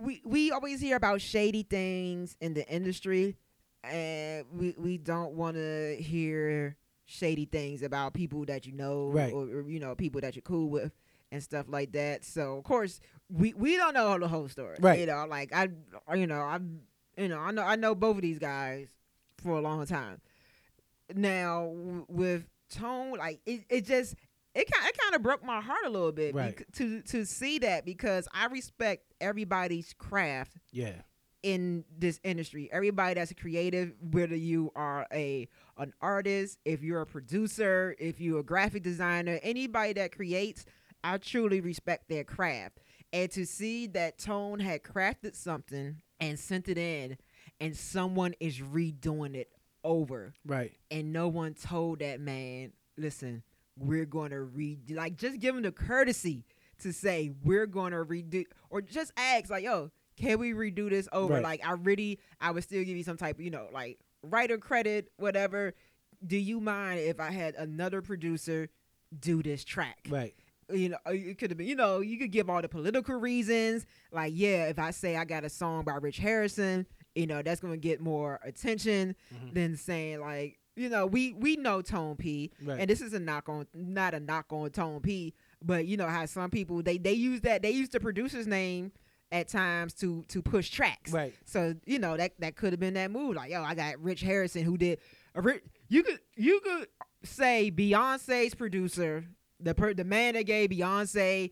Speaker 4: we we always hear about shady things in the industry and we we don't want to hear shady things about people that you know
Speaker 3: Right.
Speaker 4: or, or, you know people that you're cool with and stuff like that so of course we we don't know the whole story
Speaker 3: Right.
Speaker 4: you know like i you know i you know i know i know both of these guys for a long time now w- with tone like it, it just it kind it kind of broke my heart a little bit
Speaker 3: Right.
Speaker 4: bec- to to see that because I respect everybody's craft
Speaker 3: Yeah.
Speaker 4: in this industry. Everybody that's creative, whether you are a an artist, if you're a producer, if you're a graphic designer, anybody that creates, I truly respect their craft. And to see that Tone had crafted something and sent it in, and someone is redoing it over
Speaker 3: Right.
Speaker 4: and no one told that man, listen, we're gonna read like just give him the courtesy to say we're gonna redo or just ask like, yo, can we redo this over?
Speaker 3: Right.
Speaker 4: Like I really I would still give you some type of, you know, like writer credit, whatever. Do you mind if I had another producer do this track?
Speaker 3: Right.
Speaker 4: you know, uh, it could have been, you know, you could give all the political reasons. Like, yeah, if I say I got a song by Rich Harrison, you know, that's gonna get more attention
Speaker 3: Mhm.
Speaker 4: than saying like, you know, we we know Tone P,
Speaker 3: Right.
Speaker 4: and this is a knock on, not a knock on Tone P, but you know how some people they they use that they use the producer's name at times to to push tracks.
Speaker 3: Right.
Speaker 4: So you know that that could have been that move. Like, yo, I got Rich Harrison who did. A Rich, you could you could say Beyonce's producer, the per, the man that gave Beyonce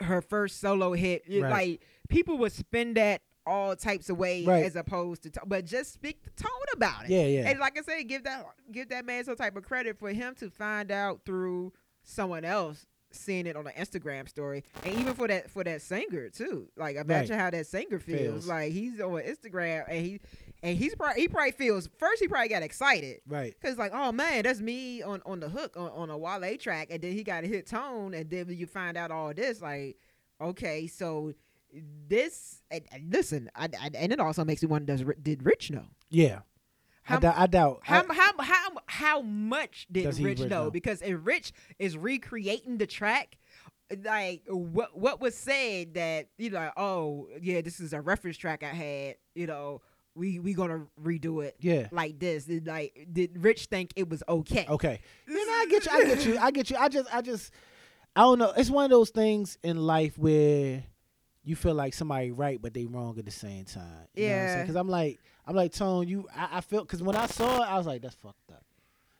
Speaker 4: her first solo hit. It-
Speaker 3: Right.
Speaker 4: Like people would spin that all types of ways
Speaker 3: Right.
Speaker 4: as opposed to, to- but just speak the tone about it.
Speaker 3: Yeah. Yeah.
Speaker 4: And like I said, give that give that man some type of credit for him to find out through someone else seeing it on an Instagram story, and even for that for that singer too. Like imagine how that singer feels.
Speaker 3: Feels.
Speaker 4: Like he's on Instagram and he and he's probably he probably feels first he probably got excited
Speaker 3: right.
Speaker 4: because like oh man that's me on on the hook on, on a Wale track, and then he got a hit tone, and then you find out all this like okay so. This and, and listen, I, I, and it also makes me wonder: Does Ri- did Rich know?
Speaker 3: Yeah. I,
Speaker 4: How-
Speaker 3: doubt I doubt.
Speaker 4: How,
Speaker 3: I-
Speaker 4: how how how much did
Speaker 3: Does he
Speaker 4: Rich
Speaker 3: really
Speaker 4: know?
Speaker 3: know?
Speaker 4: Because if Rich is recreating the track, like what what was said that you know, oh yeah, this is a reference track I had. You know, we we gonna redo it
Speaker 3: yeah.
Speaker 4: like this. Did, like did Rich think it was okay?
Speaker 3: Okay. Then I get you. I get you. I get you. I just. I just. I don't know. It's one of those things in life where you feel like somebody right, but they wrong at the same time. You know what I'm saying?
Speaker 4: Yeah.
Speaker 3: Because I'm like, I'm like Tone. You, I, I feel because when I saw it, I was like, that's fucked up.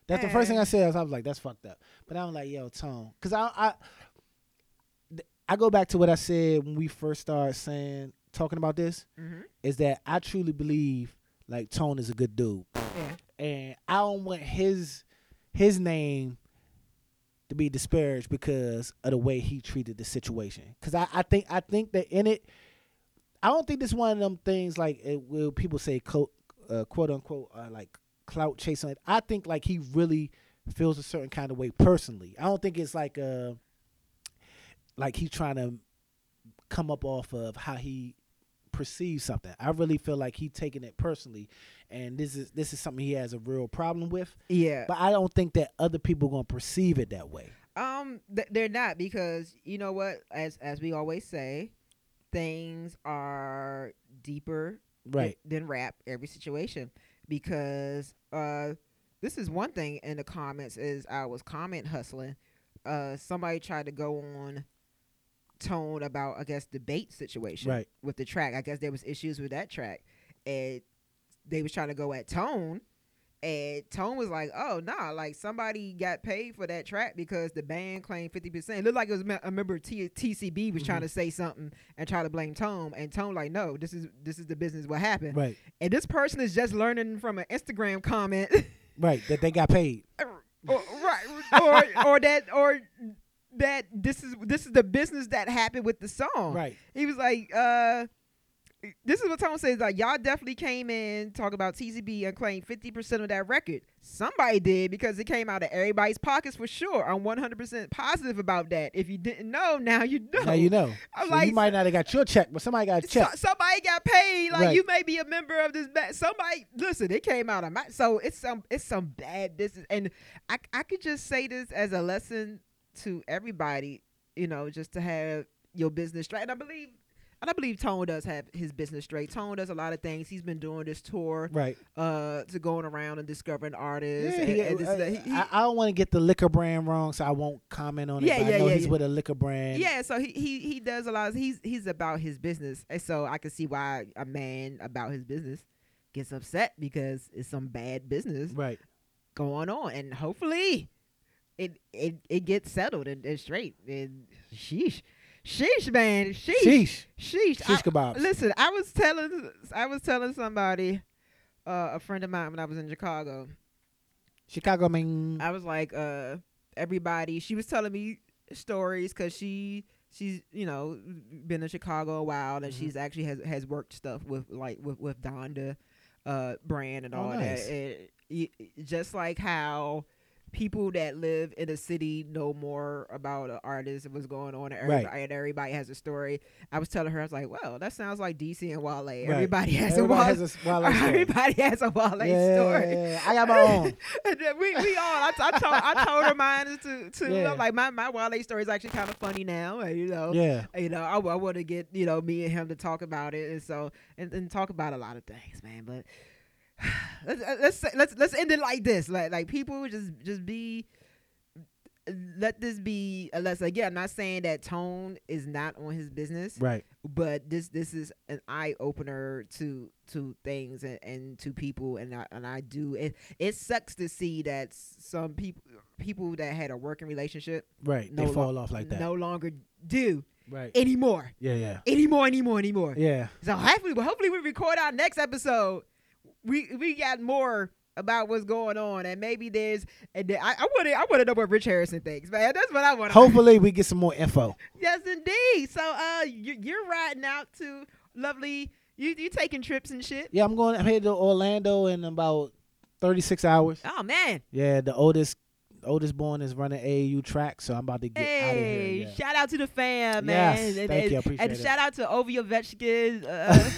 Speaker 3: That's the first thing I said. I was, I was like, that's fucked up. But I'm like, yo, Tone, because I, I, th- I go back to what I said when we first started saying talking about this
Speaker 4: Mhm.
Speaker 3: is that I truly believe like Tone is a good dude
Speaker 4: Yeah.
Speaker 3: and I don't want his his name to be disparaged because of the way he treated the situation. Because I, I think I think that in it, I don't think this one of them things like it will people say quote uh, quote unquote uh, like clout chasing. I think like he really feels a certain kind of way personally. I don't think it's like uh like he's trying to come up off of how he perceives something. I really feel like he taking it personally and this is this is something he has a real problem with.
Speaker 4: Yeah.
Speaker 3: But I don't think that other people gonna perceive it that way.
Speaker 4: Um, th- they're not because you know what? As as we always say, things are deeper
Speaker 3: Right.
Speaker 4: than rap every situation because uh this is one thing in the comments is I was comment hustling. Uh somebody tried to go on tone about I guess debate situation
Speaker 3: Right.
Speaker 4: with the track. I guess there was issues with that track. And they was trying to go at tone and Tone was like, "Oh nah, like somebody got paid for that track because the band claimed fifty percent. It looked like it was. me- I remember T- TCB was trying to say something and try to blame Tone, and Tone like, no, this is this is the business. What happened?
Speaker 3: Right.
Speaker 4: And this person is just learning from an Instagram comment,
Speaker 3: Right. That they got paid.
Speaker 4: or, right, or or that or that this is this is the business that happened with the song.
Speaker 3: Right.
Speaker 4: He was like, uh, this is what Tone says. Like, y'all definitely came in, talk about TCB and claimed 50% of that record. Somebody did because it came out of everybody's pockets for sure. I'm 100% positive about that. If you didn't know, now you know.
Speaker 3: Now you know.
Speaker 4: I'm
Speaker 3: So you
Speaker 4: like-
Speaker 3: might not have got your check, but somebody got a
Speaker 4: So-
Speaker 3: check.
Speaker 4: somebody got paid. Like
Speaker 3: Right.
Speaker 4: you may be a member of this. Ba- somebody, listen, it came out of my. So it's some, it's some bad business, and I, I could just say this as a lesson to everybody. You know, just to have your business straight. And I believe, and I believe Tone does have his business straight. Tone does a lot of things. He's been doing this tour,
Speaker 3: Right.
Speaker 4: uh, to going around and discovering artists.
Speaker 3: Yeah,
Speaker 4: and,
Speaker 3: he- uh,
Speaker 4: and this and that. He- he-
Speaker 3: I, I don't want to get the liquor brand wrong, so I won't comment on it.
Speaker 4: Yeah,
Speaker 3: but
Speaker 4: yeah,
Speaker 3: I know
Speaker 4: yeah,
Speaker 3: he's
Speaker 4: yeah.
Speaker 3: with a liquor brand.
Speaker 4: yeah, so he, he he does a lot. Of, he's he's about his business, and so I can see why a man about his business gets upset because it's some bad business
Speaker 3: Right.
Speaker 4: going on, and hopefully, it it, it gets settled and, and straight. And sheesh, sheesh, man, sheesh,
Speaker 3: Sheesh.
Speaker 4: sheesh. I-
Speaker 3: Sheesh kebabs.
Speaker 4: Listen, I was telling I was telling somebody, uh, a friend of mine when I was in Chicago.
Speaker 3: Chicago, I mean,
Speaker 4: I was like, uh, everybody. She was telling me stories because she she's you know been in Chicago a while and
Speaker 3: Mhm.
Speaker 4: she's actually has has worked stuff with like with with Donda, uh, brand and
Speaker 3: Oh,
Speaker 4: all
Speaker 3: nice.
Speaker 4: that. And y- just like how people that live in a city know more about an artist and what's going on and
Speaker 3: Right.
Speaker 4: everybody, and everybody has a story. I was telling her, I was like, well, that sounds like DC and Wale. Everybody has
Speaker 3: everybody
Speaker 4: a Wale.
Speaker 3: has a s- Wale story.
Speaker 4: Everybody has a Wale
Speaker 3: yeah,
Speaker 4: story.
Speaker 3: yeah, yeah. I got my own.
Speaker 4: And then we, we all I, t- I told I told her mine is to too.
Speaker 3: Yeah.
Speaker 4: I'm like my my Wale story is actually kind of funny now. and, You know,
Speaker 3: Yeah.
Speaker 4: you know I, want to get you know me and him to talk about it and so and, and talk about a lot of things, man. But let's let's say- let's let's end it like this. Like like people just just be. Let this be a lesson. Again, I'm not saying that Tone is not on his business
Speaker 3: Right.
Speaker 4: but this this is an eye opener to to things and, and to people and I, and I do it it sucks to see that s- some people people that had a working relationship
Speaker 3: Right.
Speaker 4: No
Speaker 3: they
Speaker 4: lo-
Speaker 3: fall off like that.
Speaker 4: no longer do
Speaker 3: Right.
Speaker 4: anymore
Speaker 3: yeah, yeah.
Speaker 4: anymore anymore anymore
Speaker 3: Yeah.
Speaker 4: so hopefully hopefully we record our next episode we we got more about what's going on and maybe there's and there- I, I want to I want to know what Rich Harrison thinks man that's what I want to
Speaker 3: Hopefully, we get some more info.
Speaker 4: Yes, indeed. So, uh, you, you're riding out to lovely. You you taking trips and shit.
Speaker 3: Yeah, I'm going. I'm headed to Orlando in about 36 hours.
Speaker 4: Oh man!
Speaker 3: Yeah, the oldest oldest born is running AAU track, so I'm about to get out of here.
Speaker 4: Hey,
Speaker 3: yeah.
Speaker 4: shout out to the fam, man.
Speaker 3: Yes,
Speaker 4: and,
Speaker 3: thank
Speaker 4: and,
Speaker 3: you. I appreciate
Speaker 4: And
Speaker 3: it.
Speaker 4: shout out to Ovi Ovechkin. Uh,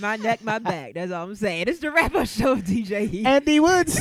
Speaker 4: my neck, my back. That's all I'm saying. It's the wrap up show, DJ Heat.
Speaker 3: Andy Woods.